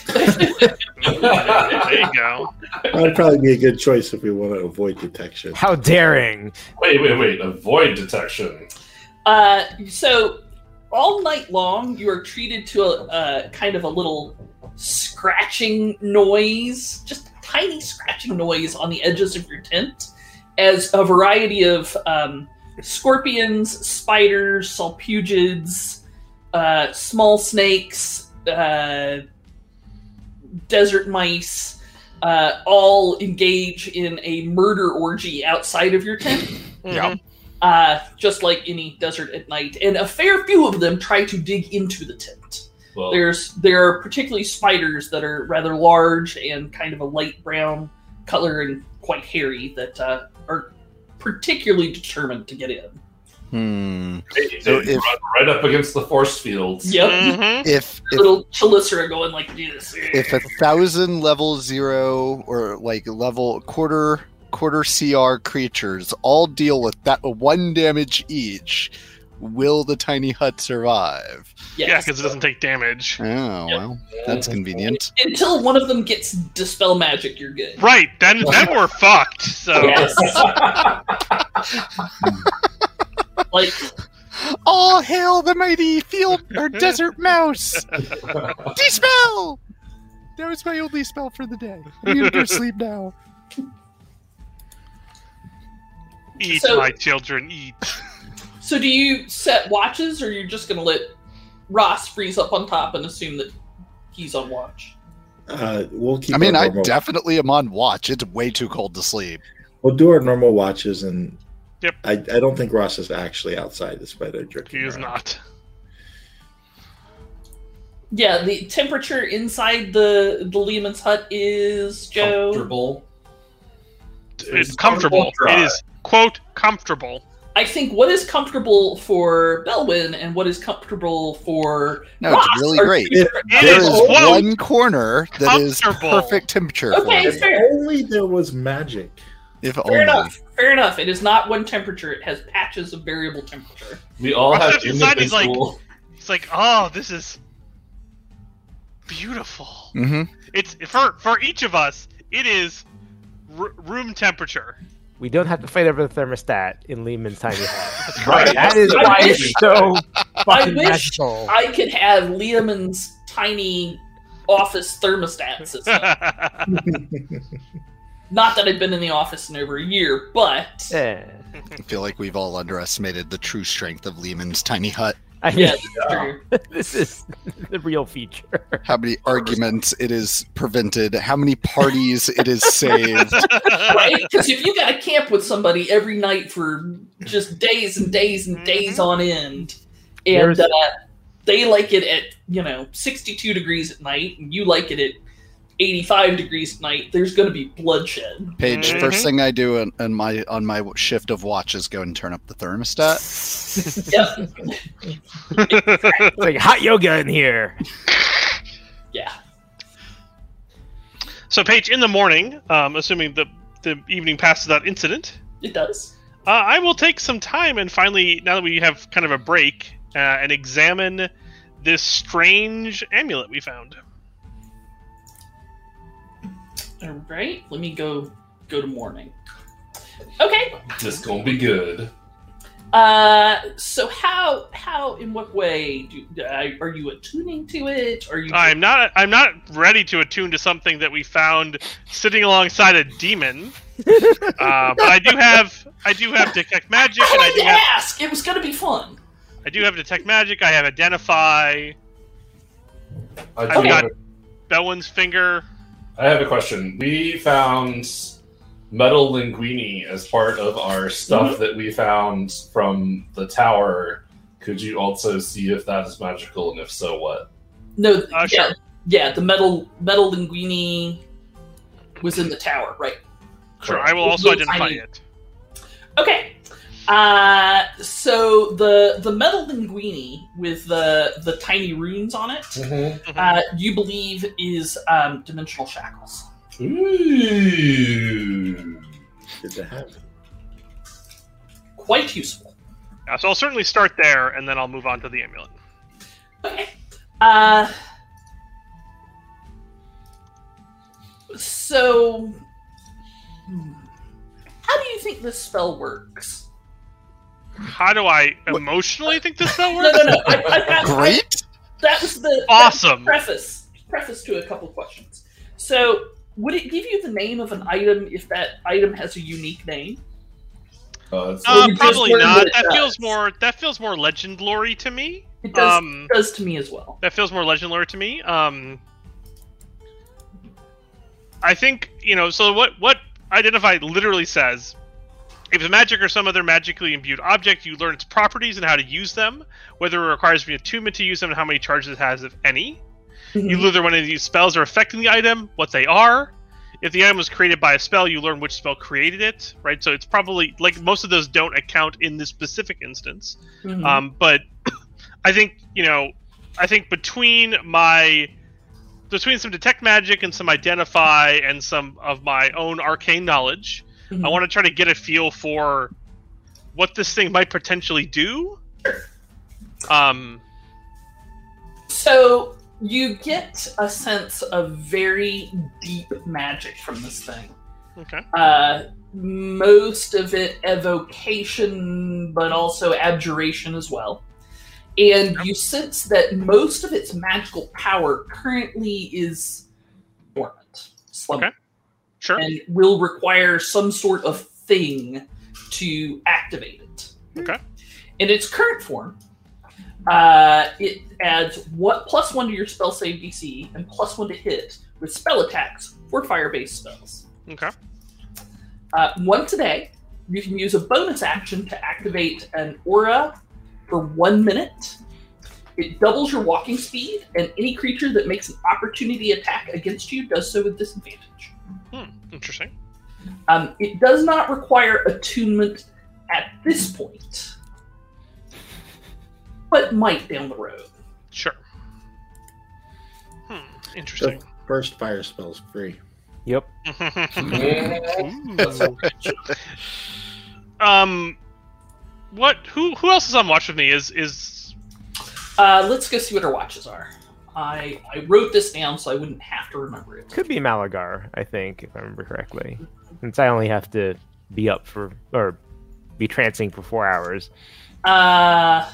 there you go. That would probably be a good choice if we want to avoid detection. How daring! Wait, wait, wait! Avoid detection. Uh, so all night long, you are treated to a, a kind of a little scratching noise, just a tiny scratching noise on the edges of your tent, as a variety of um, scorpions, spiders, salpugids, uh, small snakes, uh, desert mice. Uh, all engage in a murder orgy outside of your tent Yeah. uh, just like any desert at night. And a fair few of them try to dig into the tent. Well, There's there are particularly spiders that are rather large and kind of a light brown color and quite hairy that uh, are particularly determined to get in. Hmm. they, they So if- run right up against the force fields. Yep, Mm. Mhm. If if little chelicera going like this. if a thousand level zero or like level quarter quarter CR creatures all deal with that one damage each, will the tiny hut survive? Yeah, because it doesn't take damage. Oh well, that's convenient. Until one of them gets dispel magic, you're good. Right. Then then we're fucked. So. Yes. like All hail the mighty field or desert mouse! Dispel! That was my only spell for the day. I'm gonna go sleep now. Eat, So- my children, eat. So do you set watches, or you're just gonna let Ross freeze up on top and assume that he's on watch? Uh, we'll keep. I mean, our I normal- definitely am on watch. It's way too cold to sleep. We'll do our normal watches, and Yep. I, I don't think Ross is actually outside despite our drinking. He is around. not. Yeah, the temperature inside the the Lehman's hut is Joe. Comfortable. It's comfortable. dry. It is quote comfortable. I think what is comfortable for Belwyn and what is comfortable for No, Ross it's really are great. two different- It There is is quote one corner that is comfortable. perfect temperature. for Okay, it. If fair. only there was magic. If Fair only. enough. Fair enough. It is not one temperature. It has patches of variable temperature. We all have Ross Society's like- individual. It's like, oh, this is beautiful. hmm It's for for each of us. It is r- room temperature. We don't have to fight over the thermostat in Lehman's tiny house. Right. That is I why wish- it's so I fucking wish magical. I could have Lehman's tiny office thermostat system. Not that I've been in the office in over a year, but Yeah. I feel like we've all underestimated the true strength of Lehman's tiny hut. I yeah, mean, that's true. this is the real feature. How many arguments it is prevented. How many parties it is saved. Right? Because if you got to camp with somebody every night for just days and days and Mm-hmm. days on end, and There's- uh, they like it at you know 62 degrees at night, and you like it at 85 degrees at night, there's going to be bloodshed. Paige, Mhm. first thing I do on, on my on my shift of watch is go and turn up the thermostat. Yep. It's like hot yoga in here. yeah. so, Paige, in the morning, um, assuming the the evening passes without incident, It does. uh, I will take some time and finally, now that we have kind of a break, uh, and examine this strange amulet we found. All right. Let me go go to morning. Okay. This gonna be good. Uh, so how how in what way do uh, are you attuning to it? Are you? I'm not. I'm not ready to attune to something that we found sitting alongside a demon. uh, but I do have. I do have detect magic, I and I had do to have. ask. It was gonna be fun. I do have detect magic. I have identify. I, I've do got- have, Belwin's finger. I have a question. We found metal linguini as part of our stuff Mm-hmm. that we found from the tower. Could you also see if that is magical, and if so, what? No. th- Uh, yeah, sure. yeah. The metal metal linguini was in the tower, right? Sure. I will also Yes, identify I mean- uh, it. Okay. Uh, so the the metal linguini with the the tiny runes on it, Mm-hmm. Mhm. uh, you believe is um, dimensional shackles. Ooh. Good to have. it. Quite useful. Yeah, so I'll certainly start there, and then I'll move on to the amulet. Okay. Uh, so, hmm. how do you think this spell works? How do I emotionally think this spell No, works? no, no. I, I've got, I, Great. that was the that was Awesome. the preface. Preface to a couple questions. So, would it give you the name of an item if that item has a unique name? Uh, it's Well, Uh, you just probably learned not. what it That feels does. more. That feels more legend lore to me. It does. Um, it does to me as well. that feels more legend lore to me. Um, I think you know. So what? What identify literally says. If a magic or some other magically imbued object, you learn its properties and how to use them, whether it requires me attunement to use them, and how many charges it has, if any. Mm-hmm, Mhm. You learn when these spells are affecting the item, what they are. If the item was created by a spell, you learn which spell created it, right? So it's probably like most of those don't account in this specific instance. Mhm. Um, but I think you know, I think between my between some detect magic and some identify and some of my own arcane knowledge, Mhm. I want to try to get a feel for what this thing might potentially do. Um, So you get a sense of very deep magic from this thing. okay. uh, most of it evocation, but also abjuration as well. And you sense that most of its magical power currently is dormant, slumber, Okay. Sure. and will require some sort of thing to activate it. Okay. In its current form, uh, it adds what plus one to your spell save DC and plus one to hit with spell attacks for fire-based spells. Okay. Uh, once a day, you can use a bonus action to activate an aura for one minute. It doubles your walking speed, and any creature that makes an opportunity attack against you does so with disadvantage. Interesting. Um, it does not require attunement at this point, but might down the road. Sure. Hmm. Interesting. First fire spell's free. Yep. "Mm-hmm." Ooh. um, what? Who? Who else is on watch with me? Is is Uh, let's go see what our watches are. I I wrote this down so I wouldn't have to remember it. Could be Malagar, I think, if I remember correctly. Since I only have to be up for or be trancing for four hours. Uh,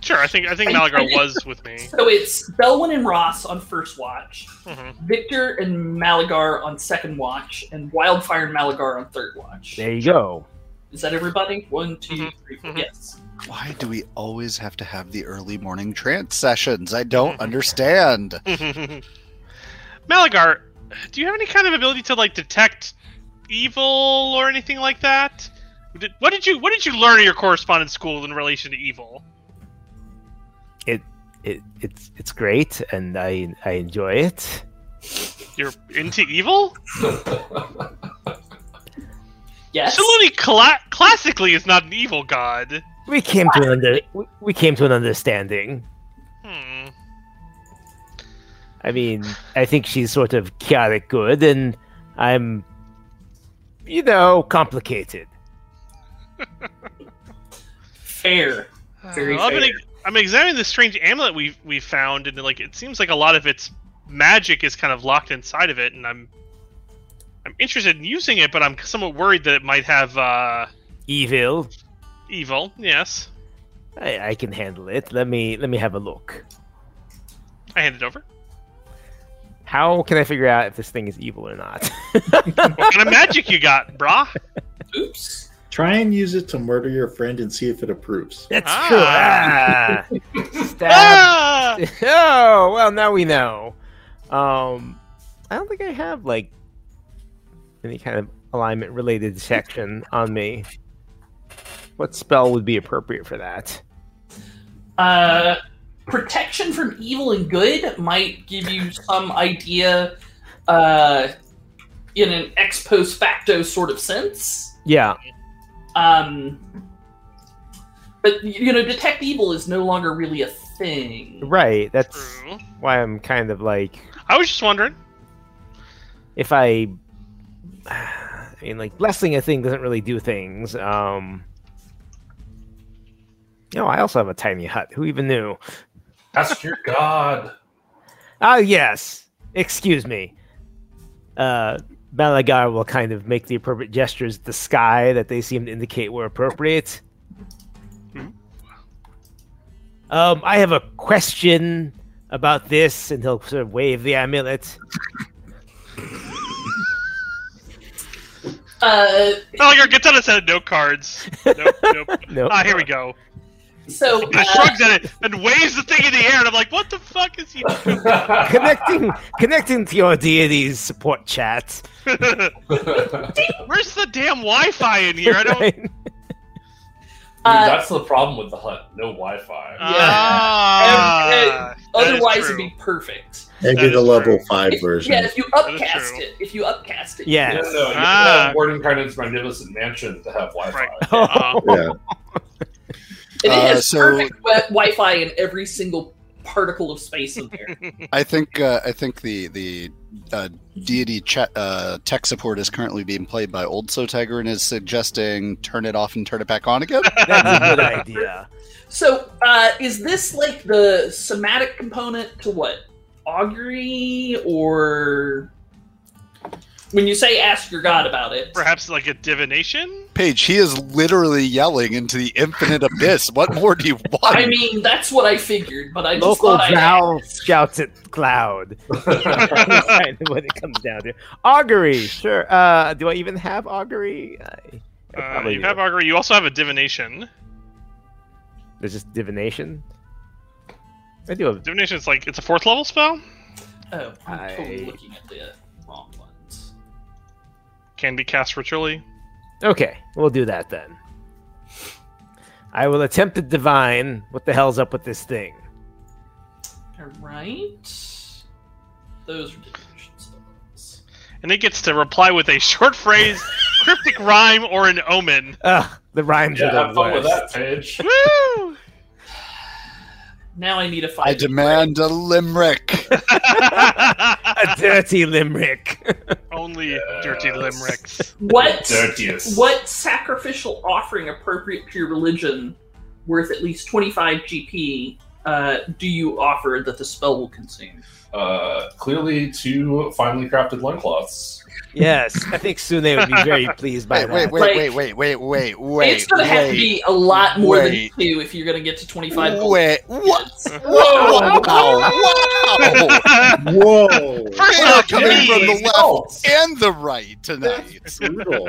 sure? I think I think I- Malagar I- was with me. so it's Belwin and Ross on first watch, Mhm. Victor and Malagar on second watch, and Wildfire and Malagar on third watch. There you go. Is that everybody? One, two, Mhm, three, four. mhm. Yes. Why do we always have to have the early morning trance sessions? I Mm-hmm. don't understand. Malagar, do you have any kind of ability to like detect evil or anything like that? Did- What did you What did you learn in your correspondence school in relation to evil? It, it's it's great, and I I enjoy it. You're into evil? Yes. Saluni cla- classically is not an evil god. We came to an under, we- we came to an understanding. Hmm. I mean, I think she's sort of chaotic good, and I'm, you know, complicated. Fair. Very Well, I've been fair. ex- I'm examining this strange amulet we have we found, and like it seems like a lot of its magic is kind of locked inside of it, and I'm I'm interested in using it, but I'm somewhat worried that it might have uh, Evil. evil. Yes, I, I can handle it. Let me let me have a look. I hand it over. How can I figure out if this thing is evil or not? What kind of magic you got, brah? Oops. Try and use it to murder your friend and see if it approves. That's Ah. true. Ah. Stab. Ah! Oh well, now we know. Um, I don't think I have like any kind of alignment related section on me. What spell would be appropriate for that? Uh, protection from evil and good might give you some idea uh, in an ex post facto sort of sense. Yeah, Um, but, you know, detect evil is no longer really a thing. Right. That's True. why I'm kind of like I was just wondering. if I I mean like blessing a thing doesn't really do things. Um you know, I also have a tiny hut. Who even knew? Ask your god. Ah, yes. Excuse me. Uh Malagar will kind of make the appropriate gestures to the sky that they seem to indicate were appropriate. Hmm. Um, I have a question about this, and he'll sort of wave the amulet. Uh, Malagar gets out a set of note cards. Nope, nope. No, Ah, here we go. so, And uh, shrugs at it and waves the thing in the air, and I'm like, what the fuck is he doing? connecting connecting to your deity's support chat. Uh, Where's the damn Wi-Fi in here? I don't. Right? uh, That's the problem with the hut. No Wi-Fi. Ah, that is otherwise it'd true. be perfect. Maybe That the is level true. five If- version. yeah, if you is upcast true. it, if you upcast it, No, Yes. no, you Ah. have Warden Carnage Magnificent Mansion to have Wi-Fi. Right. Uh, Oh, Yeah. And it Uh, has so- perfect wi- Wi-Fi in every single particle of space in there. I think uh, I think the the uh, deity chat, uh, tech support is currently being played by Old So Tiger and is suggesting turn it off and turn it back on again. that's a good idea. So, uh, is this like the somatic component to what augury or when you say ask your god about it. Perhaps like a divination? Paige, he is literally yelling into the infinite abyss. What more do you want? I mean, that's what I figured, but I just Local thought Val shouts at cloud. That's kind of what it comes down to. Augury, sure. Uh, do I even have augury? I, I Uh, probably you do. have augury. You also have a divination. There's just divination. I do have. Divination is like it's a fourth level spell. I. Oh, I'm totally I- looking at the wrong ones. Can be cast ritually. Okay, we'll do that then. I will attempt to divine what the hell's up with this thing. All right. Those are divination spells. and it gets to reply with a short phrase, cryptic rhyme, or an omen. Ugh, the rhymes Yeah, are have the fun with that, worst. Paige. Woo! Now I need a five. I demand a limerick. A dirty limerick. Only dirty limericks. What Dirtiest. what sacrificial offering appropriate to your religion, worth at least twenty five GP, uh, do you offer that the spell will consume? Uh, clearly, two finely crafted loincloths. yes, I think Sune would be very pleased by Wait, that. wait, Like- wait, wait, wait, wait, wait, wait. it's going to have to wait, be a lot more wait. than two if you're going to get to twenty five. Wait, what? Whoa! Wow, wow. Whoa. First They are off, coming me. from the Results. left and the right tonight. Brutal.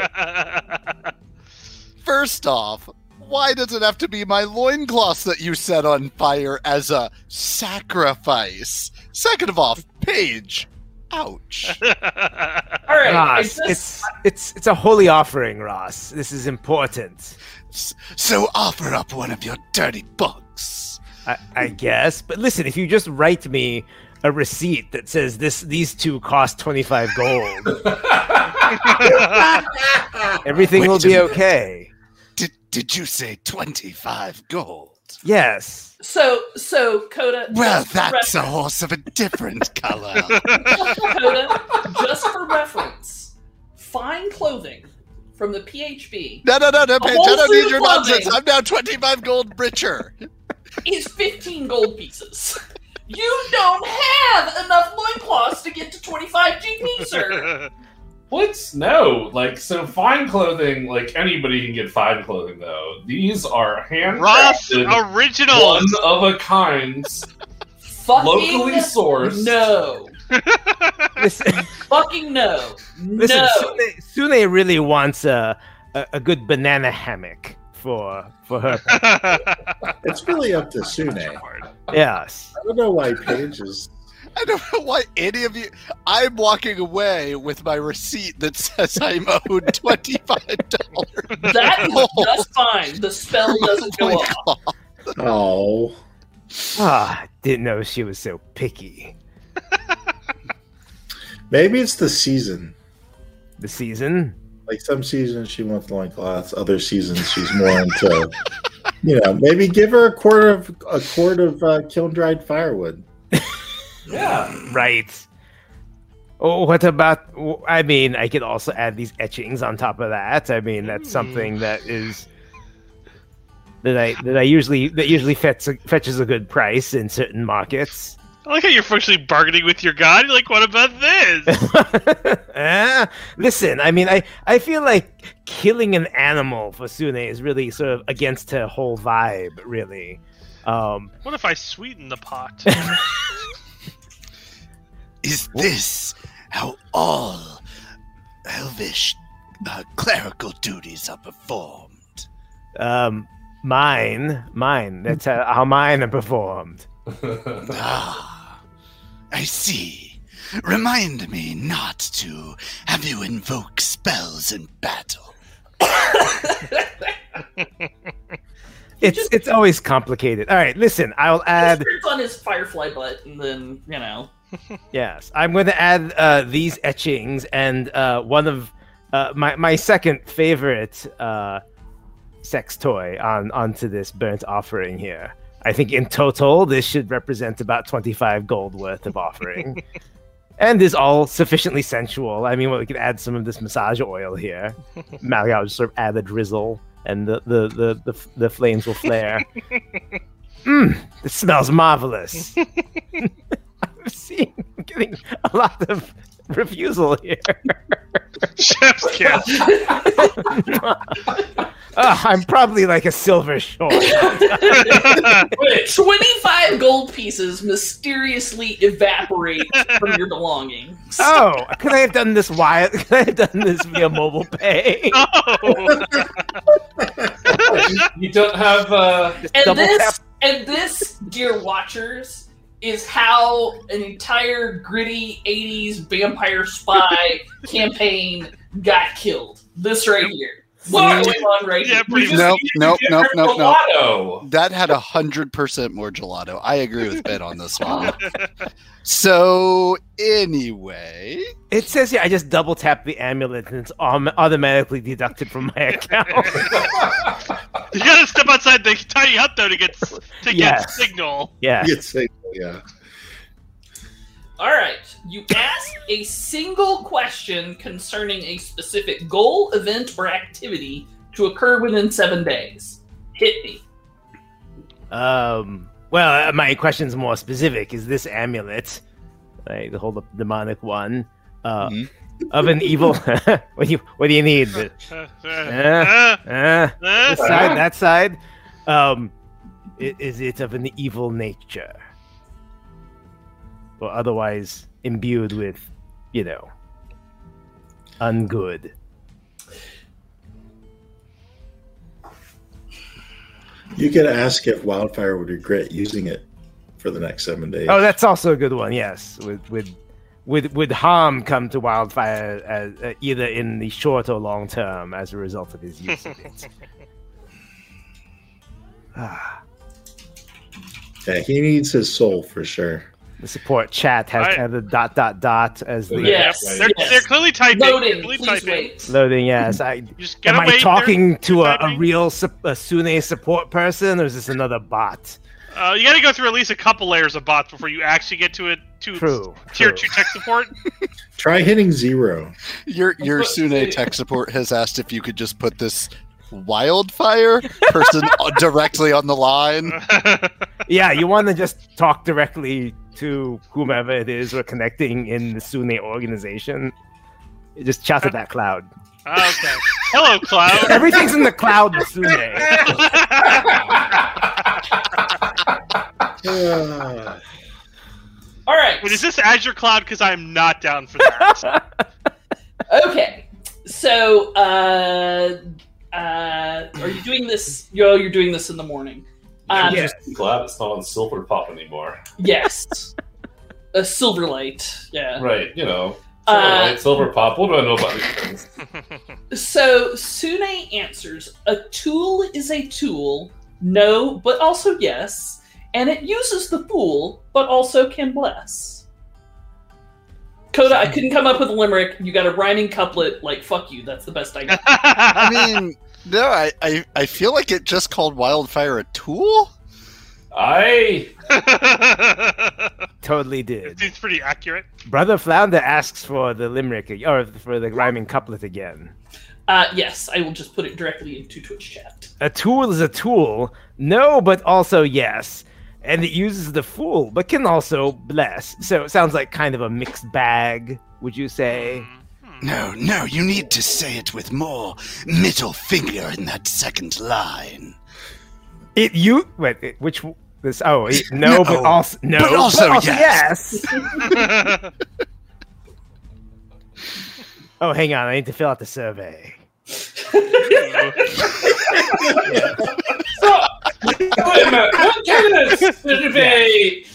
First off, why does it have to be my loincloth that you set on fire as a sacrifice? Second of all, Paige, ouch. All right, I Ross, just- it's it's it's a holy offering, Ross. This is important. S- So offer up one of your dirty books. I, I guess. But listen, if you just write me a receipt that says this these two cost 25 gold, everything will Wait a be minute. okay. Did, did you say 25 gold? Yes. so so Coda. Well, just for that's a horse of a different color. Coda, just for reference, fine clothing from the PHB No, no, no, no, Paige, I whole don't suit need of your clothing. nonsense. I'm now 25 gold richer. is 15 gold pieces. You don't have enough loincloths to get to 25 GP, sir. What? No. Like, so fine clothing, like, anybody can get fine clothing, though. These are Ross handcrafted, one originals. of a kind, Fucking locally sourced. no. Listen, Fucking no. listen no. Sune, Sune really wants a, a a good banana hammock for for her. It's really up to Sune. I yes. don't know why Paige is. I don't know why any of you. I'm walking away with my receipt that says I'm owed twenty-five dollars. That is just fine. The spell doesn't go off. Oh. Ah, didn't know she was so picky. Maybe it's the season. The season. Like some seasons she wants loincloths, other seasons she's more into. You know, maybe give her a quart of a quart of uh, kiln dried firewood. Yeah. Right. Oh, what about? I mean, I could also add these etchings on top of that. I mean, that's something that is that I that I usually that usually fetch, fetches a good price in certain markets. I like how you're functionally bargaining with your god. You're like, what about this? Eh? Listen, I mean, I I feel like killing an animal for Sune is really sort of against her whole vibe, really. Um, What if I sweeten the pot? Is this how all elvish uh, clerical duties are performed? um, mine, mine. That's how, how mine are performed. Ah, I see. Remind me not to have you invoke spells in battle. It's it's always complicated. All right, listen, I'll add. It's on his firefly butt, and then, you know. Yes, I'm going to add uh, these etchings and uh, one of uh, my my second favorite uh, sex toy on onto this burnt offering here. I think in total this should represent about 25 gold worth of offering, and is all sufficiently sensual. I mean, well, we could add some of this massage oil here. Maybe I'll just sort of add a drizzle, and the the the the, f- the flames will flare. Mm, it smells marvelous. I'm seeing I'm getting a lot of refusal here. Chef's kiss. Ugh, I'm probably like a silver short. Wait, 25 gold pieces mysteriously evaporate from your belongings. oh, could I have done this wire? Could I have done this via mobile pay? Uh, oh, you don't have. Uh, Just and double this, tap. and this, dear watchers, is how an entire gritty 80s vampire spy campaign got killed. This right here. What's going on right Yeah, here? pretty You just- Nope, nope, you nope, get nope, nope. gelato. That had a hundred percent more gelato. I agree with Ben on this one. So anyway, It says here I just double tap the amulet and it's autom- automatically deducted from my account. you gotta step outside the tiny hut though to get to get Yes. signal. yeah. You'd say, yeah. All right. You ask a single question concerning a specific goal, event, or activity to occur within seven days. Hit me. Um. Well, uh, my question's more specific. Is this amulet, like the whole demonic one, uh, Mhm. of an evil? what do you What do you need? Uh, Uh, uh, Yeah. uh, uh, this side, that side. Um, i- is it of an evil nature, or otherwise imbued with, you know, ungood? You could ask if Wildfire would regret using it for the next seven days. Oh, that's also a good one. Yes, would would would would harm come to wildfire as, uh, either in the short or long term as a result of his use of it? Ah, yeah, he needs his soul for sure. the support chat has I- kind of the dot dot dot as the Yeah. Yes, Yep. They're, yes. they're clearly typing. They're Loading. clearly Please typing. wait. loading. Yes, I You just gotta am I wait. talking to a, a typing? real su- a Sune support person or is this another bot? They're- Uh, you gotta go through at least a couple layers of bots before you actually get to it. To True. Tier true. two tech support. Try hitting zero. your your But- Sune tech support has asked if you could just put this wildfire person on- directly on the line. Yeah, you want to just talk directly to whomever it is we're connecting in the Sune organization. Just chat to that cloud. Ah, okay. Hello, cloud. Everything's in the cloud with Sune. Ah. All right. Wait, is this Azure Cloud? Because I'm not down for that. Okay. So, uh, uh, are you doing this? Yo, you're doing this in the morning. Um, Yeah. I'm glad it's not on Silver Pop anymore. Yes. A silver light. Yeah. Right, you know. Silver, Uh, Light, Silver Pop. What do I know about these things? So Sune answers a tool is a tool, no, but also yes, and it uses the fool, but also can bless. Coda, I couldn't come up with a limerick. You got a rhyming couplet, like fuck you, that's the best I got. I mean, no, I, I I feel like it just called wildfire a tool. I Totally it did. seems pretty accurate. Brother Flounder asks for the limerick ag- or for the rhyming couplet again. Uh, yes, I will just put it directly into Twitch chat. A tool is a tool, no, but also yes, and it uses the fool, but can also bless. So it sounds like kind of a mixed bag. Would you say? No, no, you need to say it with more middle finger in that second line. It you wait it, which w- this oh it- no, but No, also no but also yes. yes. Mm. oh, hang on, I need to fill out the survey. wait a minute. What kind of survey?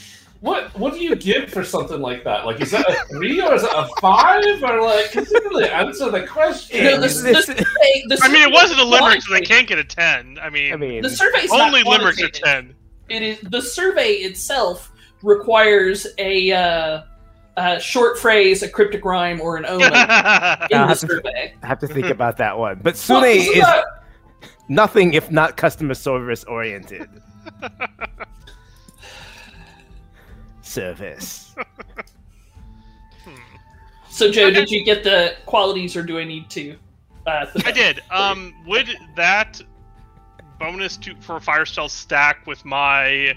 What what do you give for something like that? Like, is that a three or is it a five? Or like, can you really answer the question? No, this- this- Hey, the I mean, it survey wasn't a is limerick, so they quantitative. can't get a ten. I mean, I mean, The survey's not only limericks are quantitative. ten. it is the survey itself requires a uh, uh, short phrase, a cryptic rhyme, or an omen in Yeah. the survey. I have to think about that one. But Sune Well, isn't is that- nothing if not customer service oriented. service. So, Joe, did you get the qualities, or do I need to? Uh, th- I did. Um, would that bonus to for Firestyle stack with my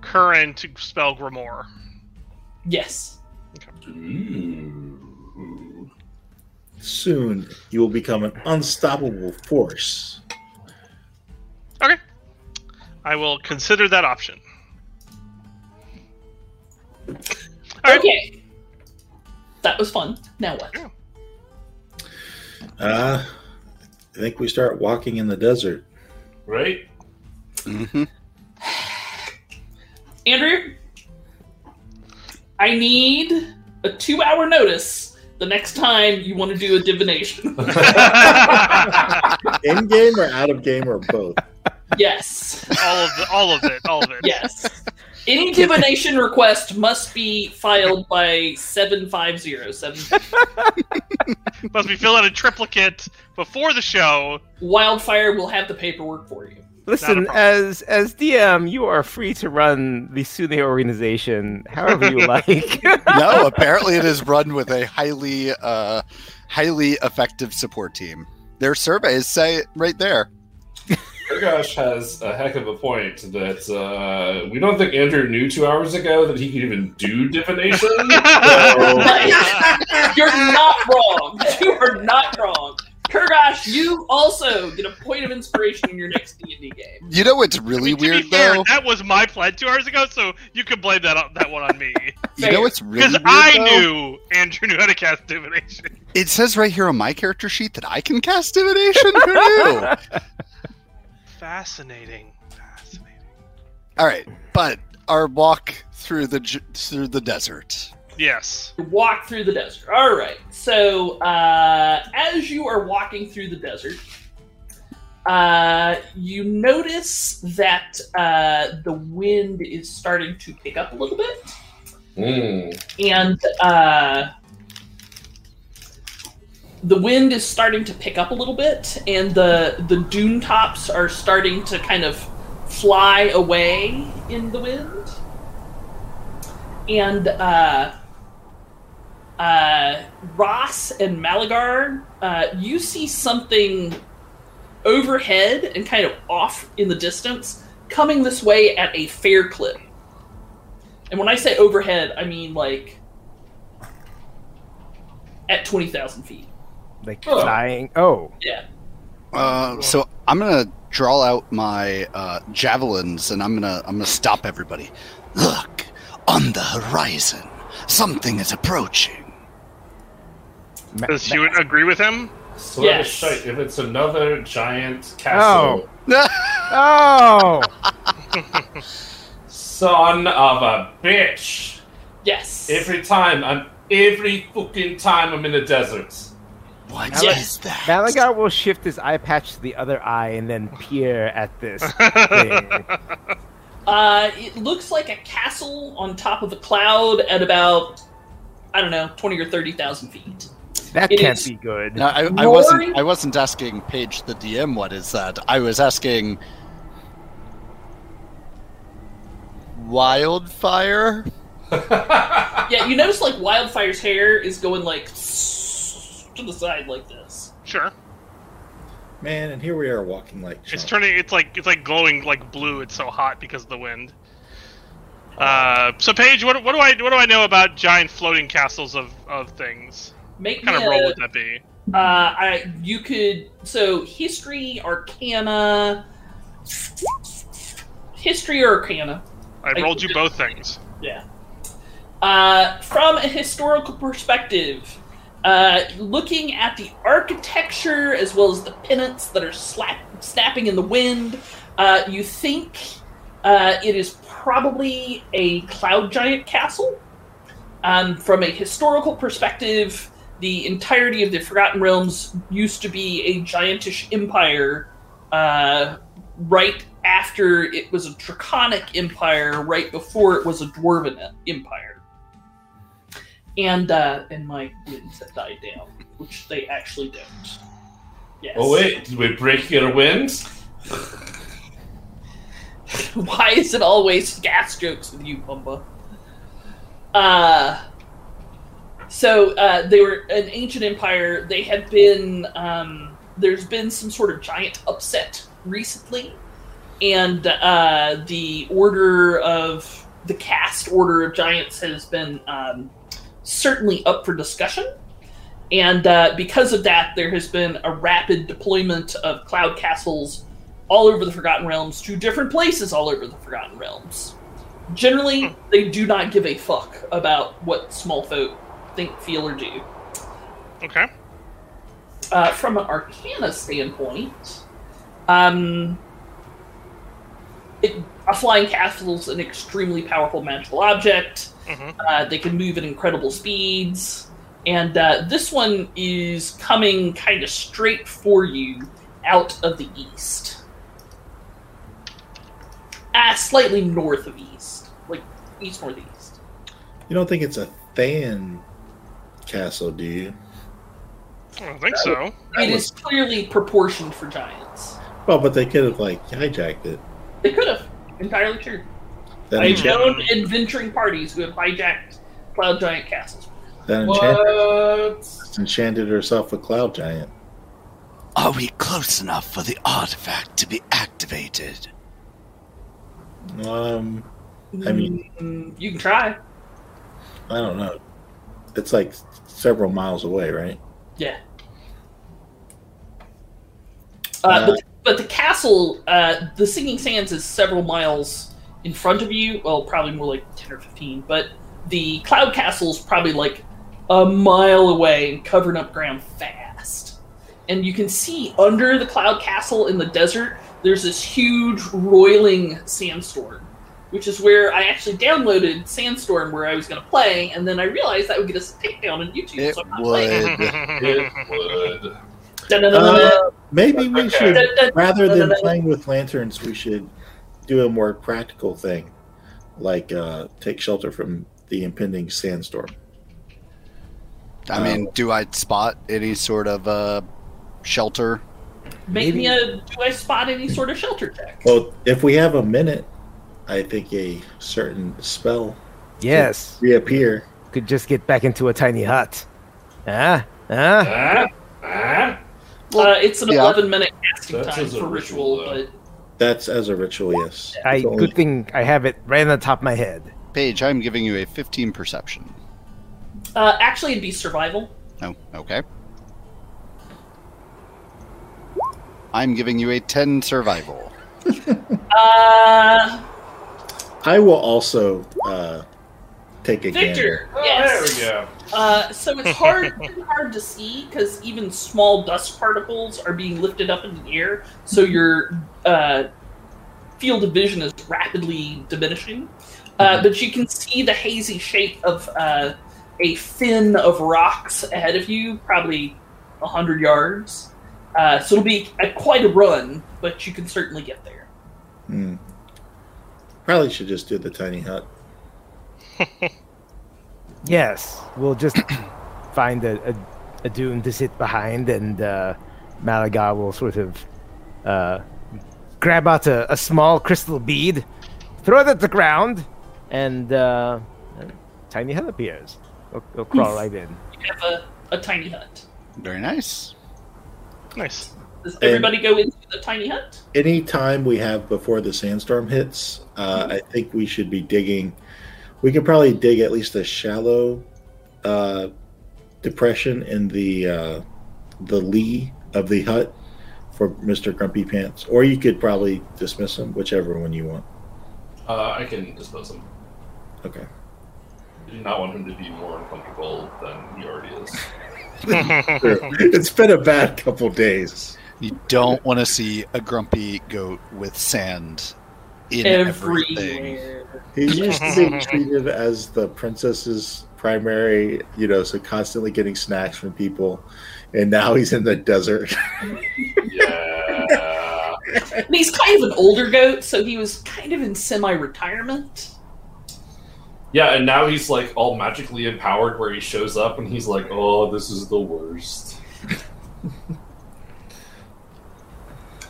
current spell Grimoire? Yes. Ooh. Soon you will become an unstoppable force. Okay. I will consider that option. All right. Okay. That was fun. Now what? Uh, I think we start walking in the desert. right? hmm Andrew, I need a two hour notice the next time you want to do a divination. In game or out of game or both? yes. all of the, all of it, all of it. Yes. Any divination request must be filed by 7507 Must be fill out a triplicate before the show. Wildfire will have the paperwork for you. Listen, problem. as as DM, you are free to run the Sune organization however you like. no, apparently it is run with a highly, uh, highly effective support team. Their surveys say it right there. Burgosh has a heck of a point that uh, we don't think Andrew knew two hours ago that he could even do divination. You're not wrong. You are not wrong. Kurgosh, you also get a point of inspiration in your next D&D game. You know what's really to weird be fair, though? that was my plan two hours ago, so you can blame that on, that one on me You know what's really because weird I though? knew Andrew knew how to cast divination. It says right here on my character sheet that I can cast divination. Who knew? Fascinating. Fascinating. All right, but our walk through the j- through the desert. Yes. walk through the desert. All right. So uh, as you are walking through the desert, uh, you notice that uh, the wind is starting to pick up a little bit, Hmm. and uh, the wind is starting to pick up a little bit, and the the dune tops are starting to kind of fly away in the wind, and. Uh, uh, Ross and Malagar, uh, you see something overhead and kind of off in the distance coming this way at a fair clip. And when I say overhead, I mean like at 20,000 feet. like Oh. dying. Oh, Yeah. Uh, so I'm gonna draw out my uh, javelins and I'm gonna I'm gonna stop everybody. Look on the horizon, something is approaching. ma- oh. Does you agree with him? So Yes. shite if it's another giant castle. oh, Son of a bitch! Yes. Every time I'm every fucking time I'm in the desert. What is Yes. that? Malagar will shift his eye patch to the other eye and then peer at this thing. Uh, it looks like a castle on top of a cloud at about, I don't know, 20 or 30,000 feet. That It can't is- be good. No, I, I wasn't. I wasn't asking Paige the DM what is that. I was asking wildfire. Oh, Yeah, you notice like Wildfire's hair is going like to the side like this. Sure. Man, and here we are walking like It's chumps. turning. It's like it's like glowing like blue. It's so hot because of the wind. Uh, so Paige, what, what do I what do I know about giant floating castles of, of things? Make What kind me of a- role would that be? Uh, I you could so history, arcana, history or arcana. I I- rolled you both things. Yeah. Uh, from a historical perspective, uh, looking at the architecture as well as the pennants that are slap- snapping in the wind, uh, you think uh, it is probably a cloud giant castle. Um, from a historical perspective, the entirety of the Forgotten Realms used to be a giantish empire uh, right after it was a draconic empire, right before it was a dwarven e- empire. And uh, and my winds have died down, which they actually don't. Yes. oh wait, did we break your wind? Why is it always gas jokes with you, Bumba? Uh, so uh, they were an ancient empire. They had been um, there's been some sort of giant upset recently, and uh, the order of the caste order of giants has been um, certainly up for discussion. And uh, because of that, there has been a rapid deployment of cloud castles all over the Forgotten Realms to different places all over the Forgotten Realms. Generally, they do not give a fuck about what small folk think, feel, or do. Okay. Uh, from an Arcana standpoint, um, it, a flying castle is an extremely powerful magical object. Mhm. Uh, they can move at incredible speeds. And uh, this one is coming kind of straight for you out of the east. Ah, slightly north of east. Like east northeast. You don't think it's a Than castle, do you? I don't think so. It That is clearly proportioned for giants. Well, but they could have like hijacked it. They could have. Entirely true. That, I've enchant- known adventuring parties who have hijacked cloud giant castles. that enchantress What? enchanted herself with Cloud Giant. Are we close enough for the artifact to be activated? Um, I mean- Mm, you can try. I don't know. It's like several miles away, right? Yeah. Uh, but, but the castle, uh, the Singing Sands is several miles in front of you. Well, probably more like 10 or 15. But the Cloud Castle is probably like a mile away and covering up ground fast. And you can see under the Cloud Castle in the desert, there's this huge roiling sandstorm, which is where I actually downloaded Sandstorm where I was going to play. And then I realized that would get us a takedown on YouTube. It so I'm not playing. would. It would. Dun-dun-dun-dun-dun. Maybe we Okay. should, Dun-dun. rather No, no, than no. playing with lanterns, we should do a more practical thing, like uh, take shelter from the impending sandstorm. I mean, do I spot any sort of uh, shelter? Make Maybe- me a do I spot any sort of shelter check? Well, if we have a minute, I think a certain spell Yes. reappear. Could just get back into a tiny hut. Ah, ah. Huh? Huh? uh, it's an yeah. 11 minute casting That's time as a for ritual, ritual, but That's as a ritual, yes. I It's only- good thing I have it right on the top of my head. Paige, I'm giving you a 15 perception. uh, actually it'd be survival. Oh, okay. I'm giving you a 10 survival. Uh, I will also uh, take a Victor, gander. Oh, yes. There we go. Uh, so it's hard pretty hard to see because even small dust particles are being lifted up in the air, so your uh, field of vision is rapidly diminishing. Uh, but you can see the hazy shape of uh, a fin of rocks ahead of you, probably a hundred yards. Uh, so it'll be a, quite a run, but you can certainly get there. Hmm. Probably should just do the tiny hut. Yes, we'll just find a, a, a dune to sit behind, and uh, Malaga will sort of uh, grab out a, a small crystal bead, throw it at the ground, and uh, a tiny hell appears. It'll, it'll crawl right in. You have a, a tiny hut. Very nice. nice. Does everybody go into the tiny hut? Any time we have before the sandstorm hits, uh, I think we should be digging. We could probably dig at least a shallow uh, depression in the uh, the lee of the hut for Mister Grumpy Pants, or you could probably dismiss him, whichever one you want. Uh, I can dispose him. Okay. I do not want him to be more uncomfortable than he already is. it's been a bad couple days. You don't want to see a grumpy goat with sand in everything. Everywhere. He's used to being treated as the princess's primary, you know, so constantly getting snacks from people, and now he's in the desert. Yeah. And he's kind of an older goat, so he was kind of in semi-retirement. yeah, and now he's like all magically empowered where he shows up and he's like, oh, this is the worst.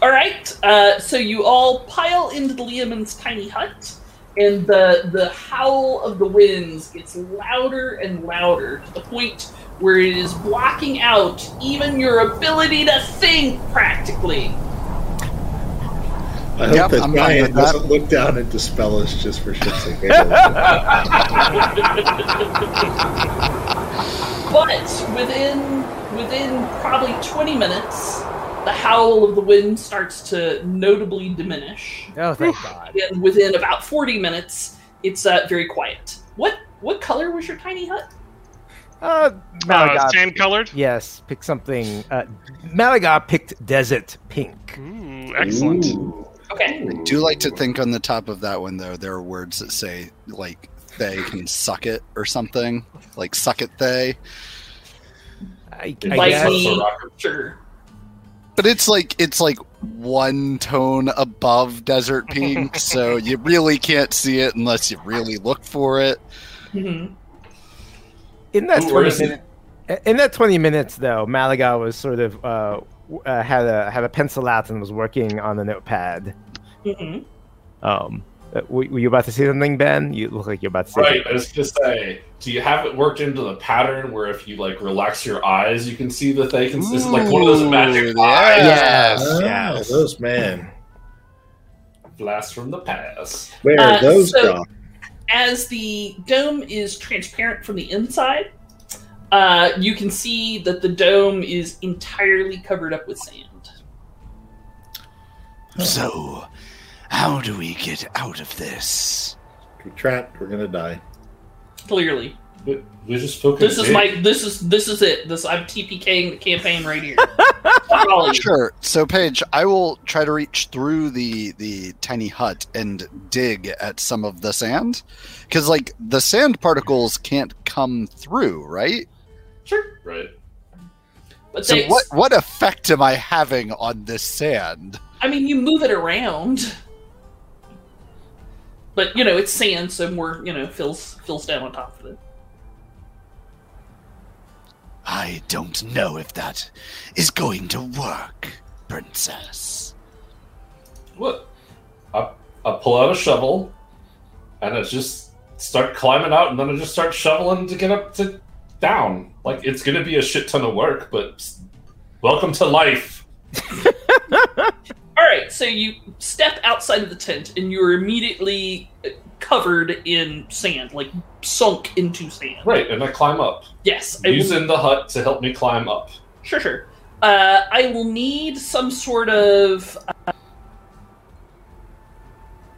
All right, uh, so you all pile into the Liaman's tiny hut, and the the howl of the winds gets louder and louder to the point where it is blocking out even your ability to think practically. I hope Yep, the I'm fine giant with that. doesn't look down and dispel us just for shits and giggles. Well, But within within probably 20 minutes, the howl of the wind starts to notably diminish, Oh, thank God. and within about 40 minutes, it's uh, very quiet. What what color was your tiny hut? Uh, Malaga. Uh, sand colored. yes, pick something. Uh, Malaga picked desert pink. Ooh, excellent. Ooh. Okay, I do like to think on the top of that one though, there are words that say like they can suck it or something, like suck it they. I, I Like guess. me. Rocker. sure. But it's like it's like one tone above desert pink, so you really can't see it unless you really look for it. Mhm. In that Ooh, where is twenty minute, in that twenty minutes though, Malaga was sort of uh, w- uh, had a had a pencil out and was working on a notepad. Mhm. Um, uh, were, were you about to say something, Ben? You look like you're about to say. Right, I was gonna say, do you have it worked into the pattern where if you like relax your eyes, you can see the thing? It's, it's like one of those magic Ooh, eyes. yes. Ah, Yes. those man. Blast from the past. Where Uh, are those so- gone? as the dome is transparent from the inside, uh, you can see that the dome is entirely covered up with sand. So, Oh, how do we get out of this? We're trapped. We're gonna die. Clearly, We we just fucking this is did. my this is this is it. This I'm TPKing the campaign right here. Fuck all of you. Sure. So, Paige, I will try to reach through the the tiny hut and dig at some of the sand, because like the sand particles can't come through, right? Sure, right. but So, they, what what effect am I having on this sand? I mean, you move it around, but you know it's sand, so more you know fills fills down on top of it. I don't know if that is going to work, Princess. What? I, I pull out a shovel, and I just start climbing out, and then I just start shoveling to get up to down. Like it's gonna be a shit ton of work, but s- welcome to life. All right, so you step outside of the tent and you're immediately uh, covered in sand, like sunk into sand. Right, and I climb up Yes, I will, using the hut to help me climb up. sure, sure. Uh, I will need some sort of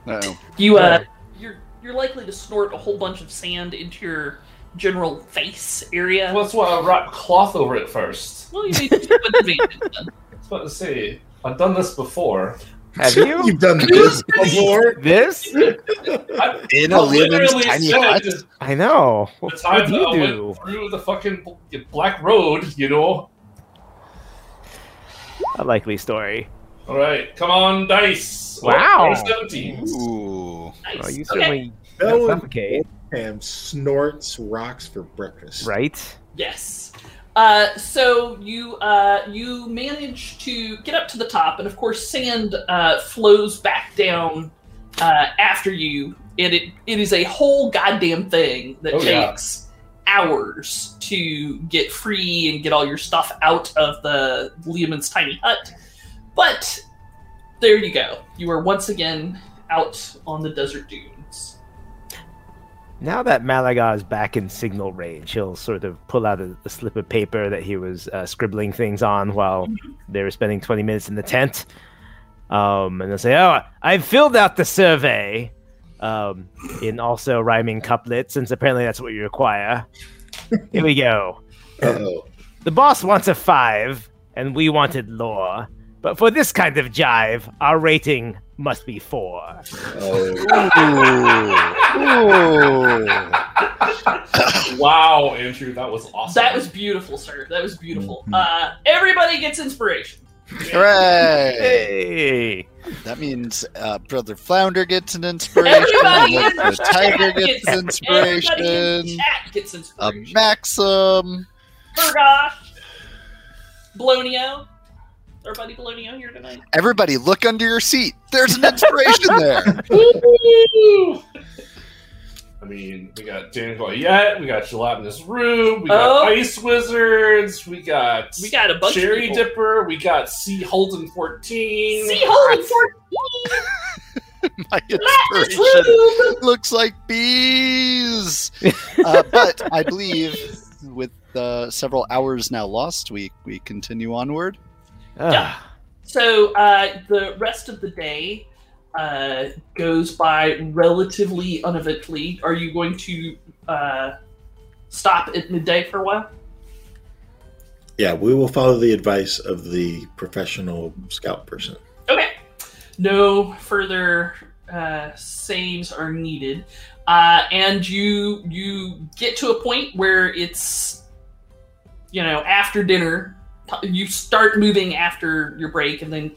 No. you. Uh, you're you're likely to snort a whole bunch of sand into your general face area. Well, that's why I wrap cloth over it first. Well, you need to do an advantage then. I was about to say, I've done this before. Have you You've done this before. this? In I a woman's Oh, literally tiny said hut. the I know. What, what time do that you I do? went through the fucking bl- black road, you know. A likely story. All right, come on, dice. Wow. Oh, seventeen. Ooh. Nice. Well, you okay. certainly don't Bell suffocate, and snorts rocks for breakfast. right? Yes. Uh, so you uh, you manage to get up to the top, and of course, sand uh, flows back down uh, after you, and it it is a whole goddamn thing that Oh, yeah. takes hours to get free and get all your stuff out of the Lehman's tiny hut. But there you go. You are once again out on the desert dunes. Now that Malaga is back in signal range, he'll sort of pull out a, a slip of paper that he was uh, scribbling things on while they were spending 20 minutes in the tent. Um, and they'll say, Oh, I filled out the survey um, in also rhyming couplets, since apparently that's what you require. Here we go. Oh, The boss wants a five, and we wanted lore. But for this kind of jive, our rating must be four. oh, Ooh. Ooh. Wow, Andrew, that was awesome. Mm-hmm. That was beautiful, sir. That was beautiful. Uh, everybody gets inspiration. Hooray! Hey! That means uh, Brother Flounder gets an inspiration. Everybody and gets- the Tiger gets- gets an Everybody in inspiration. chat gets A inspiration. Maxim. Burgosh, Bologna, our buddy Bologna here tonight. Everybody, look under your seat. There's an inspiration there. I mean, we got Dan Goyette, we got Gelatinous Rube, we got Oh. Ice Wizards, we got, We got a bunch Cherry of people. Dipper, we got C. Holden 14. See, holy fourteen. My That's inspiration true. looks like bees. Uh, but I believe with uh, several hours now lost, we we continue onward. Yeah. So uh, the rest of the day uh, goes by relatively uneventfully. Are you going to uh, stop at midday for a while? Yeah, we will follow the advice of the professional scout person. Okay. No further uh, saves are needed, uh, and you you get to a point where it's you know after dinner. t- You start moving after your break, and then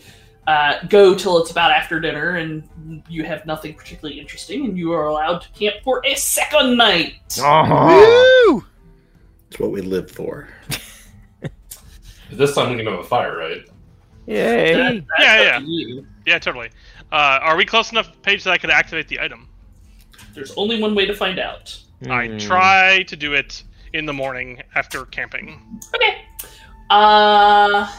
uh, go till it's about after dinner, and you have nothing particularly interesting, and you are allowed to camp for a second night. Oh, Ah. Woo! It's what we live for. This time we can have a fire, right? Yay. That's Yeah, up yeah. to you. Yeah, totally. Uh, are we close enough, Paige, that I could activate the item? There's only one way to find out. Hmm. I try to do it in the morning after camping. Okay. Uh,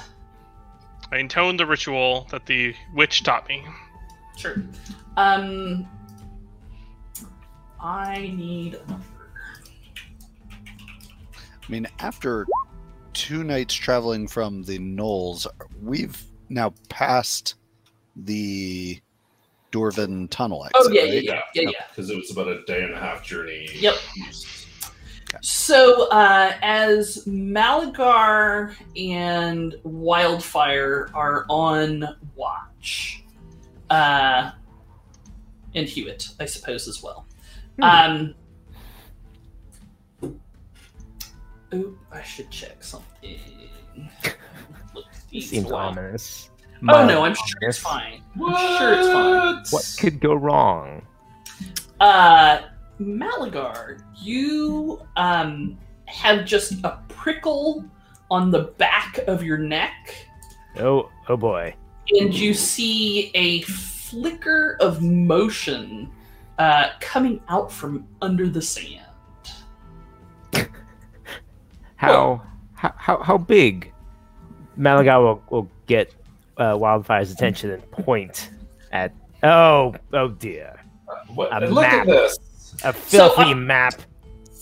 I intone the ritual that the witch taught me. sure. Um, I need a number. I mean, after two nights traveling from the Knolls, we've now passed the Dorvan tunnel exit. Oh yeah, yeah, right? yeah, yeah, yeah. Because it was about a day and a half journey. Yep. east. So, uh, as Malagar and Wildfire are on watch, uh, and Hewitt, I suppose, as well. Hmm. Um, oh, I should check something. Look at these Seems while- ominous. Oh no, I'm sure it's Ominous. fine. I'm sure it's fine. What could go wrong? Uh, Malagar, you um, have just a prickle on the back of your neck, Oh, oh boy. and you see a flicker of motion uh, coming out from under the sand. How how how, how big? Malaga will, will get uh, Wildfire's attention and point at. Oh, oh dear. What, A and look at map. this. A filthy uh, map.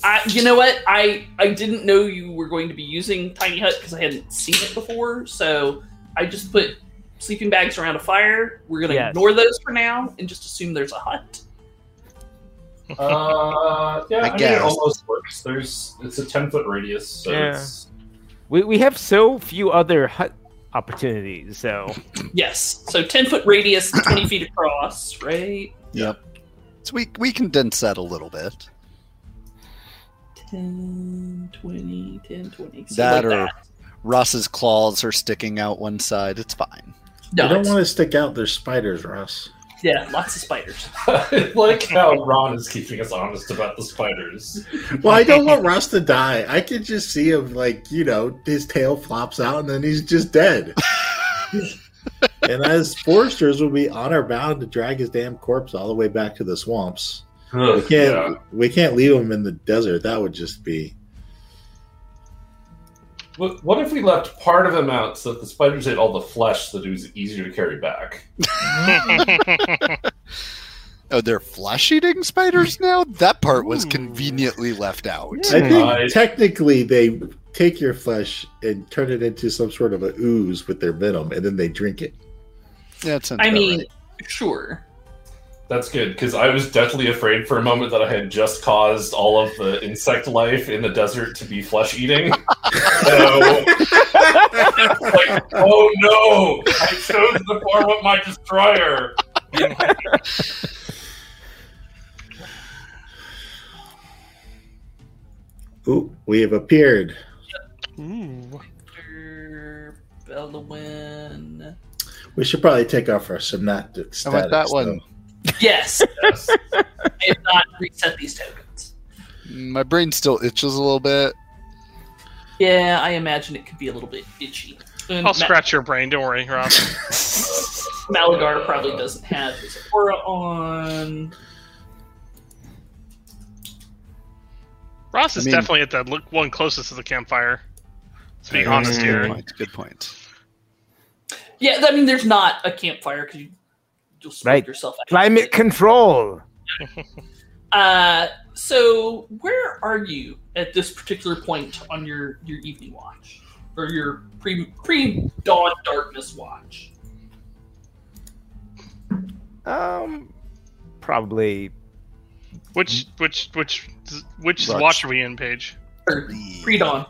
I, you know what? I I didn't know you were going to be using Tiny Hut because I hadn't seen it before, so I just put sleeping bags around a fire. We're gonna Yes. ignore those for now and just assume there's a hut. Uh, yeah, I, mean, guess. it almost works. There's it's a ten foot radius, so Yeah. it's We, we have so few other hut opportunities, so Yes. So 10 foot radius, 20 feet across, right? So we we condense that a little bit. 10, 20, 10, 20. something That like or- Ross's claws are sticking out one side. It's fine. No, you don't it's- want to stick out. There's spiders, Ross. yeah, lots of spiders. I like how Ron is keeping us honest about the spiders. Well, I don't want Ross to die. I could just see him, like, you know, his tail flops out and then he's just dead. and as foresters, we'll be honor bound to drag his damn corpse all the way back to the swamps. We can't, yeah. we can't leave him in the desert. That would just be. What, what if we left part of him out so that the spiders ate all the flesh so that it was easier to carry back? Oh, they're flesh eating spiders now? That part was Ooh. conveniently left out. I think I- technically they take your flesh and turn it into some sort of a ooze with their venom, and then they drink it. That's I mean, sure. That's good because I was deathly afraid for a moment that I had just caused all of the insect life in the desert to be flesh eating. so, like, oh no! I chose the form of my destroyer. Ooh, we have appeared. Ooh. Er, Belowin. We should probably take off our synaptic. I want that statics, one. though. Yes, Yes. I have not reset these tokens. Mm, my brain still itches a little bit. Yeah, I imagine it could be a little bit itchy. And Ma- I'll scratch your brain. Don't worry, Rob. Malagar probably doesn't have his aura on. Ross is I mean- definitely at the look one closest to the campfire. Let's be Mm. honest Good here. point. Good point. Yeah, I mean, there's not a campfire because you, you'll smoke Right. yourself out. climate control. Uh, so where are you at this particular point on your your evening watch or your pre pre dawn darkness watch? Um, probably Which which which which Watch. watch are we in, Paige? Or pre dawn,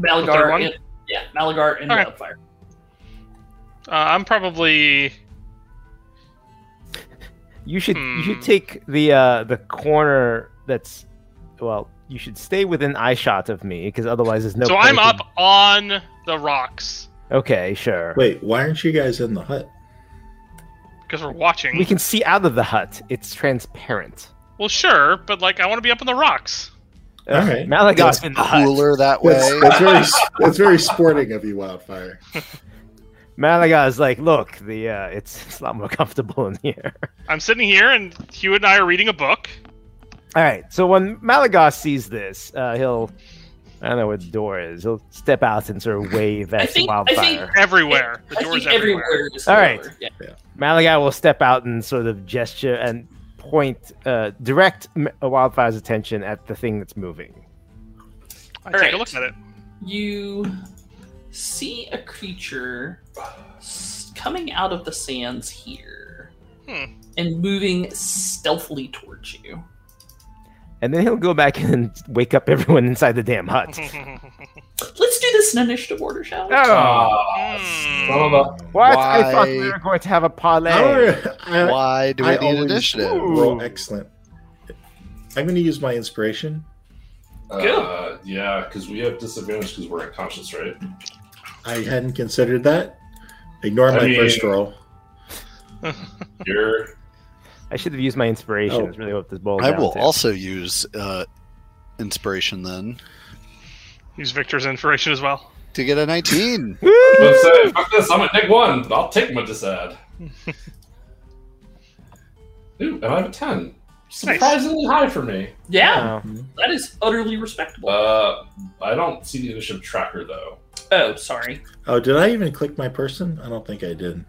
Malagar one? and yeah, Malagar and Okay. Wildfire. Uh, I'm probably you should you Hmm. should take the uh the corner that's well you should stay within eye shot of me because otherwise there's no. so I'm point up on the rocks in- Okay, sure. Wait, why aren't you guys in the hut? because we're watching. We can see out of the hut. It's transparent. Well, sure, but like I want to be up on the rocks. All right. Malagas's That's in the hut. Cooler that way. That's, that's very that's very sporting of you, Wildfire. Malagas's like, look, the uh, it's it's a lot more comfortable in here. I'm sitting here, and Hugh and I are reading a book. All right. So when Malagas sees this, uh, he'll I don't know where the door is. He'll step out and sort of wave I at think- I think- wildfire. Everywhere, the I doors think everywhere. everywhere is All right. similar, yeah. Malagai will step out and sort of gesture and point, uh, direct M- Wildfire's attention at the thing that's moving. All I take a right. look at it. you see a creature s- coming out of the sands here Hmm. and moving stealthily towards you. And then he'll go back and wake up everyone inside the damn hut. Let's do this in initiative order, shall we? Oh, Hmm. Ah, Son of a- what? I thought we why- Oh, were going to have a parlay. Our- Um, I- Why do we I need always- initiative? Ooh. roll excellent. I'm going to use my inspiration. Go. Uh, yeah, because we have disadvantage because we're unconscious, right? I hadn't considered that. Ignore I my mean- first roll. You're I should have used my inspiration. Oh. That's really what this bowl. I will also use uh, inspiration then Use Victor's inspiration as well. to get a 19. Let's say, fuck this, I'm at Nick 1, but I'll take my disad. Ooh, I'm at 10. Surprisingly high for me. Yeah, Oh. Mm-hmm. that is utterly respectable. Uh, I don't see the initiative tracker, though. oh, sorry. Oh, did I even click my person? I don't think I did.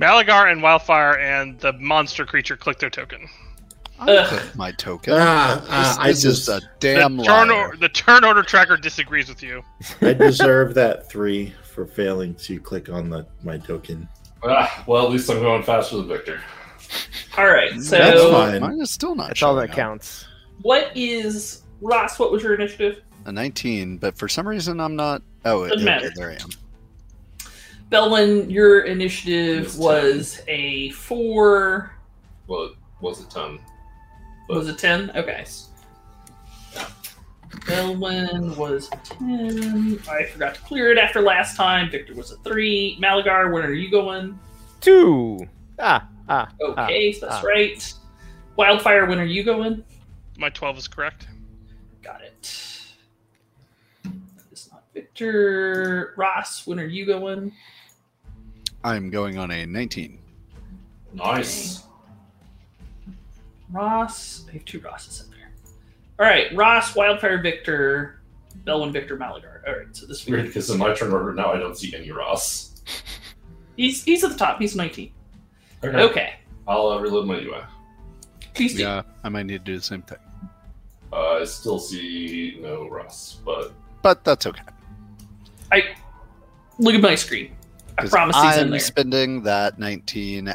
Malagar and Wildfire and the monster creature click their token. Ugh. Click my token. Ah, ah, this I this is just a damn the, turn liar. or, the turn order tracker disagrees with you. I deserve that three for failing to click on the my token. Ah, well, at least I'm going faster than Victor. All right, Mm, That's so fine. Mine is still not. That's all showing that up. counts. what is Ross? What was your initiative? A 19, but for some reason I'm not. Oh, it, Doesn't okay, matter. there I am. Belwin, your It was initiative ten. was a four. Well, it was a 10. But- Was it ten? Okay. Belwin was a ten. I forgot to clear it after last time. Victor was a three. Malagar, where are you going? Two. Ah, ah. Okay, so that's ah. right. Wildfire, when are you going? My 12 is correct. Got it. It's not Victor. Ross, when are you going? I'm going on a 19. Nice. Ross. I have two Rosses in there. All right, Ross, Wildfire, Victor, Belwin, Victor, Malagar. All right, so this It's weird week because in my turn order now I don't see any Ross. he's he's at the top. He's 19. Okay. Okay, I'll uh, reload my UI. please do. Yeah, I might need to do the same thing. Uh, I still see no Ross, but But that's okay. Look at my screen. I 'cause promise he's in I'm there. spending that 19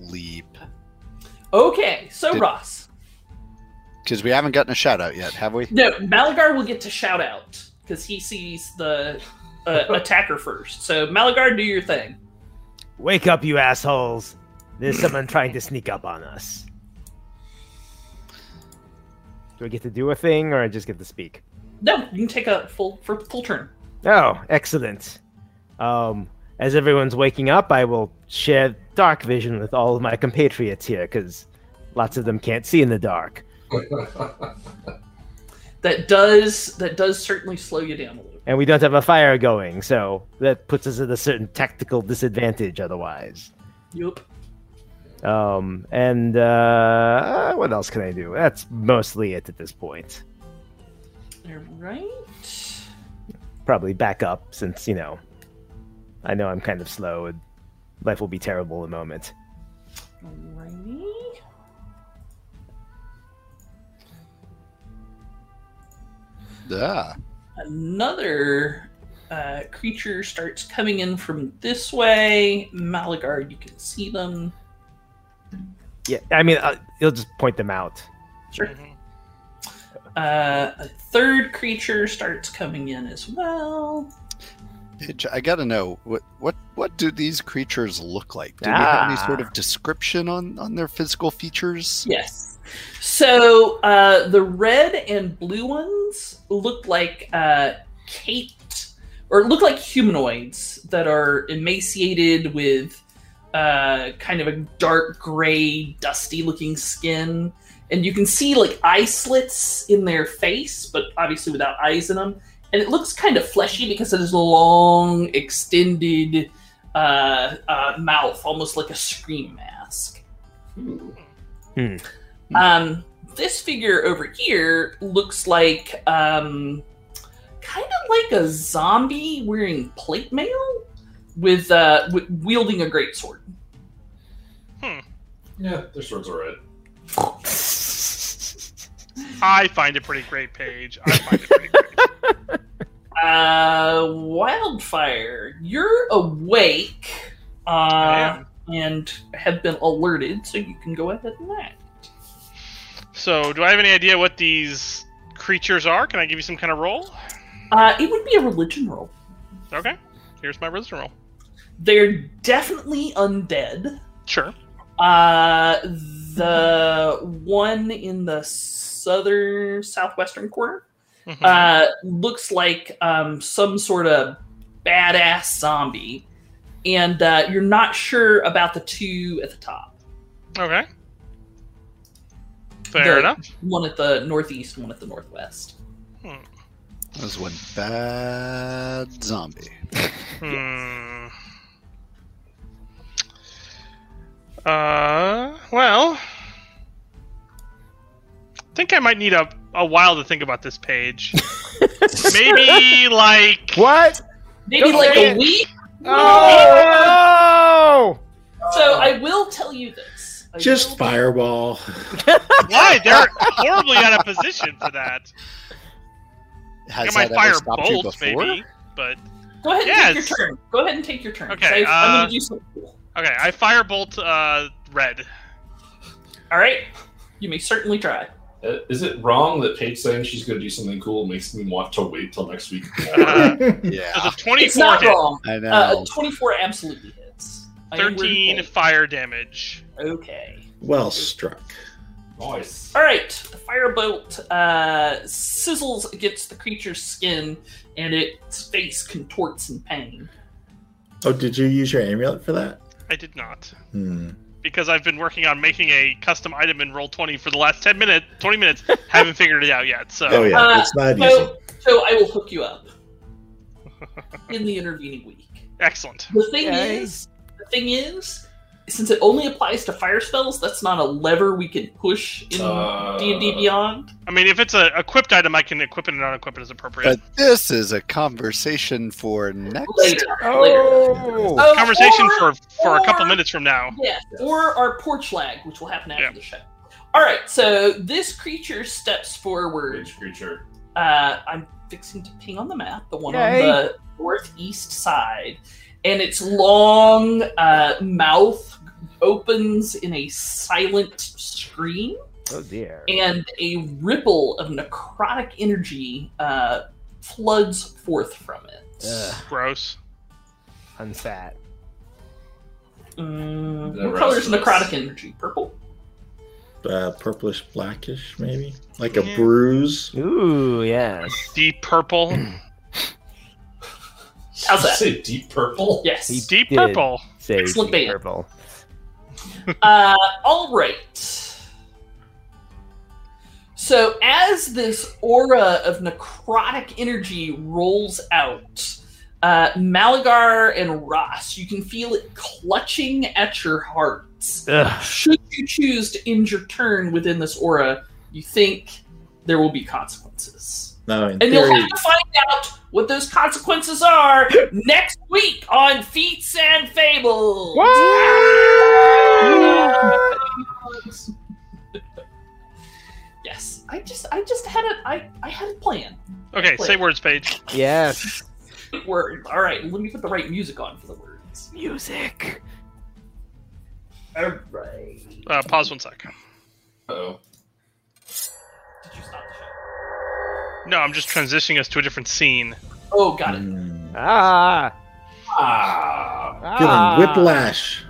leap. Okay, so Did- Ross. Because we haven't gotten a shout out yet, have we? No, Malagar will get to shout out because he sees the uh, attacker first. So Malagar, do your thing. Wake up, you assholes! There's someone trying to sneak up on us. Do I get to do a thing, or I just get to speak? No, you can take a full for full turn. Oh, excellent. Um, as everyone's waking up, I will share dark vision with all of my compatriots here because lots of them can't see in the dark. That does that does certainly slow you down a little. And we don't have a fire going, so that puts us at a certain tactical disadvantage otherwise. Yup. Um, and uh, what else can I do? That's mostly it at this point. All right. Probably back up since, you know, I know I'm kind of slow and life will be terrible in a moment. Alrighty. Yeah. Another uh, creature starts coming in from this way. Malagard, you can see them. Yeah, I mean, uh, you'll just point them out. Sure. Uh, a third creature starts coming in as well. Hitch, I gotta know what what what do these creatures look like? Do we have any sort Ah. of description on on their physical features? Yes. So uh, the red and blue ones look like uh, caped, or look like humanoids that are emaciated with uh, kind of a dark gray, dusty-looking skin, and you can see like eye slits in their face, but obviously without eyes in them. And it looks kind of fleshy because it is a long, extended uh, uh, mouth, almost like a scream mask. Um, this figure over here looks like um, kind of like a zombie wearing plate mail with uh, w- wielding a great sword. Yeah, their swords are red. I find it pretty great, Paige. I find it pretty great. Uh, wildfire, you're awake I uh, am. and have been alerted, so you can go ahead and that. So, do I have any idea what these creatures are? Can I give you some kind of roll? Uh, it would be a religion roll. Okay. Here's my wisdom roll. They're definitely undead. Sure. Uh, the one in the southern southwestern corner Mhm. uh, looks like um, some sort of badass zombie, and uh, you're not sure about the two at the top. okay. Fair the enough. One at the northeast, one at the northwest. That was one bad zombie. Hmm. Uh, well, I think I might need a, a while to think about this page. Maybe like What? Maybe Don't like say a it. week. Oh! So I will tell you this. I will Just tell- fireball. why they're horribly out of position for that. I Has might that ever fire stopped you bolt before? maybe, but Go ahead and take Yes. your turn. Go ahead and take your turn. 'cause Okay, I, I'm uh, gonna do something cool. okay. I firebolt uh red. All right. You may certainly try. Uh, is it wrong that Paige saying she's going to do something cool makes me want to wait till next week? Uh, Yeah, does a twenty It's four not hit, wrong. I Uh, know. a 24 absolutely hits. I am thirteen worried. fire damage. Okay. Well struck. nice. All right. The firebolt uh, sizzles against the creature's skin, and its face contorts in pain. Oh, did you use your amulet for that? I did not Hmm. because I've been working on making a custom item in roll twenty for the last ten minutes. Twenty minutes haven't figured it out yet. So Oh yeah, Uh, it's not easy. So, so I will hook you up in the intervening week. excellent. The thing Okay. is, the thing is, since it only applies to fire spells, that's not a lever we can push in Uh, D and D Beyond. I mean, if it's a equipped item, I can equip it and unequip it as appropriate. But this is a conversation for next. Later. later. Oh! Oh, oh. Conversation or- for for a couple or- minutes from now. Yeah, or our porch lag, which will happen after Yeah. the show. All right, so this creature steps forward. Rage creature. Uh, I'm fixing to ping on the map, the one Yay. on the northeast side, and its long uh, mouth opens in a silent scream, Oh dear. and a ripple of necrotic energy uh, floods forth from it. Ugh, Gross. unsat. Mm, The what color is rest of us. necrotic energy? Purple. Uh, purplish, blackish, maybe like a Yeah. bruise. Ooh, yes. Deep purple. How's Did that? you Say deep purple. Yes. He Deep did. purple. Say Excellent band. purple. Uh, all right. So as this aura of necrotic energy rolls out, uh, Malagar and Ross, you can feel it clutching at your hearts. Ugh. Should you choose to end your turn within this aura, you think there will be consequences. No, in And you'll theory, have to find out what those consequences are next week on Feats and Fables. What? yes, I just I just had a I I had a plan. Okay, Wait. say words, Paige. Yes. Word. All right, let me put the right music on for the words. Music. All right. Did Uh, pause one sec. Oh, you stop the show? No, I'm just transitioning us to a different scene. Oh, got it. Mm. Ah. Ah. Feeling ah. whiplash.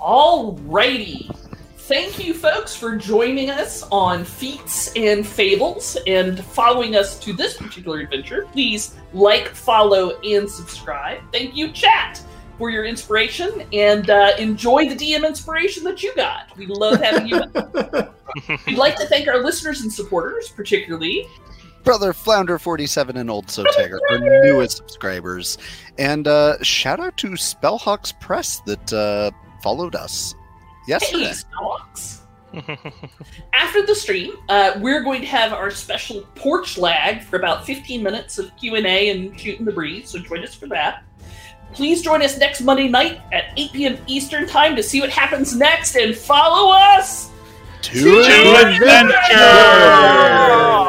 Alrighty. Thank you, folks, for joining us on Feats and Fables and following us to this particular adventure. Please like, follow, and subscribe. Thank you, chat, for your inspiration and uh, enjoy the DM inspiration that you got. We love having you. We'd like to thank our listeners and supporters, particularly. Brother Flounder47 and Old Sotager are newest subscribers. And uh, shout out to Spellhawks Press that uh, followed us yesterday. Hey, Snorlax. after the stream uh, we're going to have our special porch lag for about 15 minutes of q&a and shooting the breeze so join us for that please join us next monday night at 8 p.m eastern time to see what happens next and follow us To to adventure!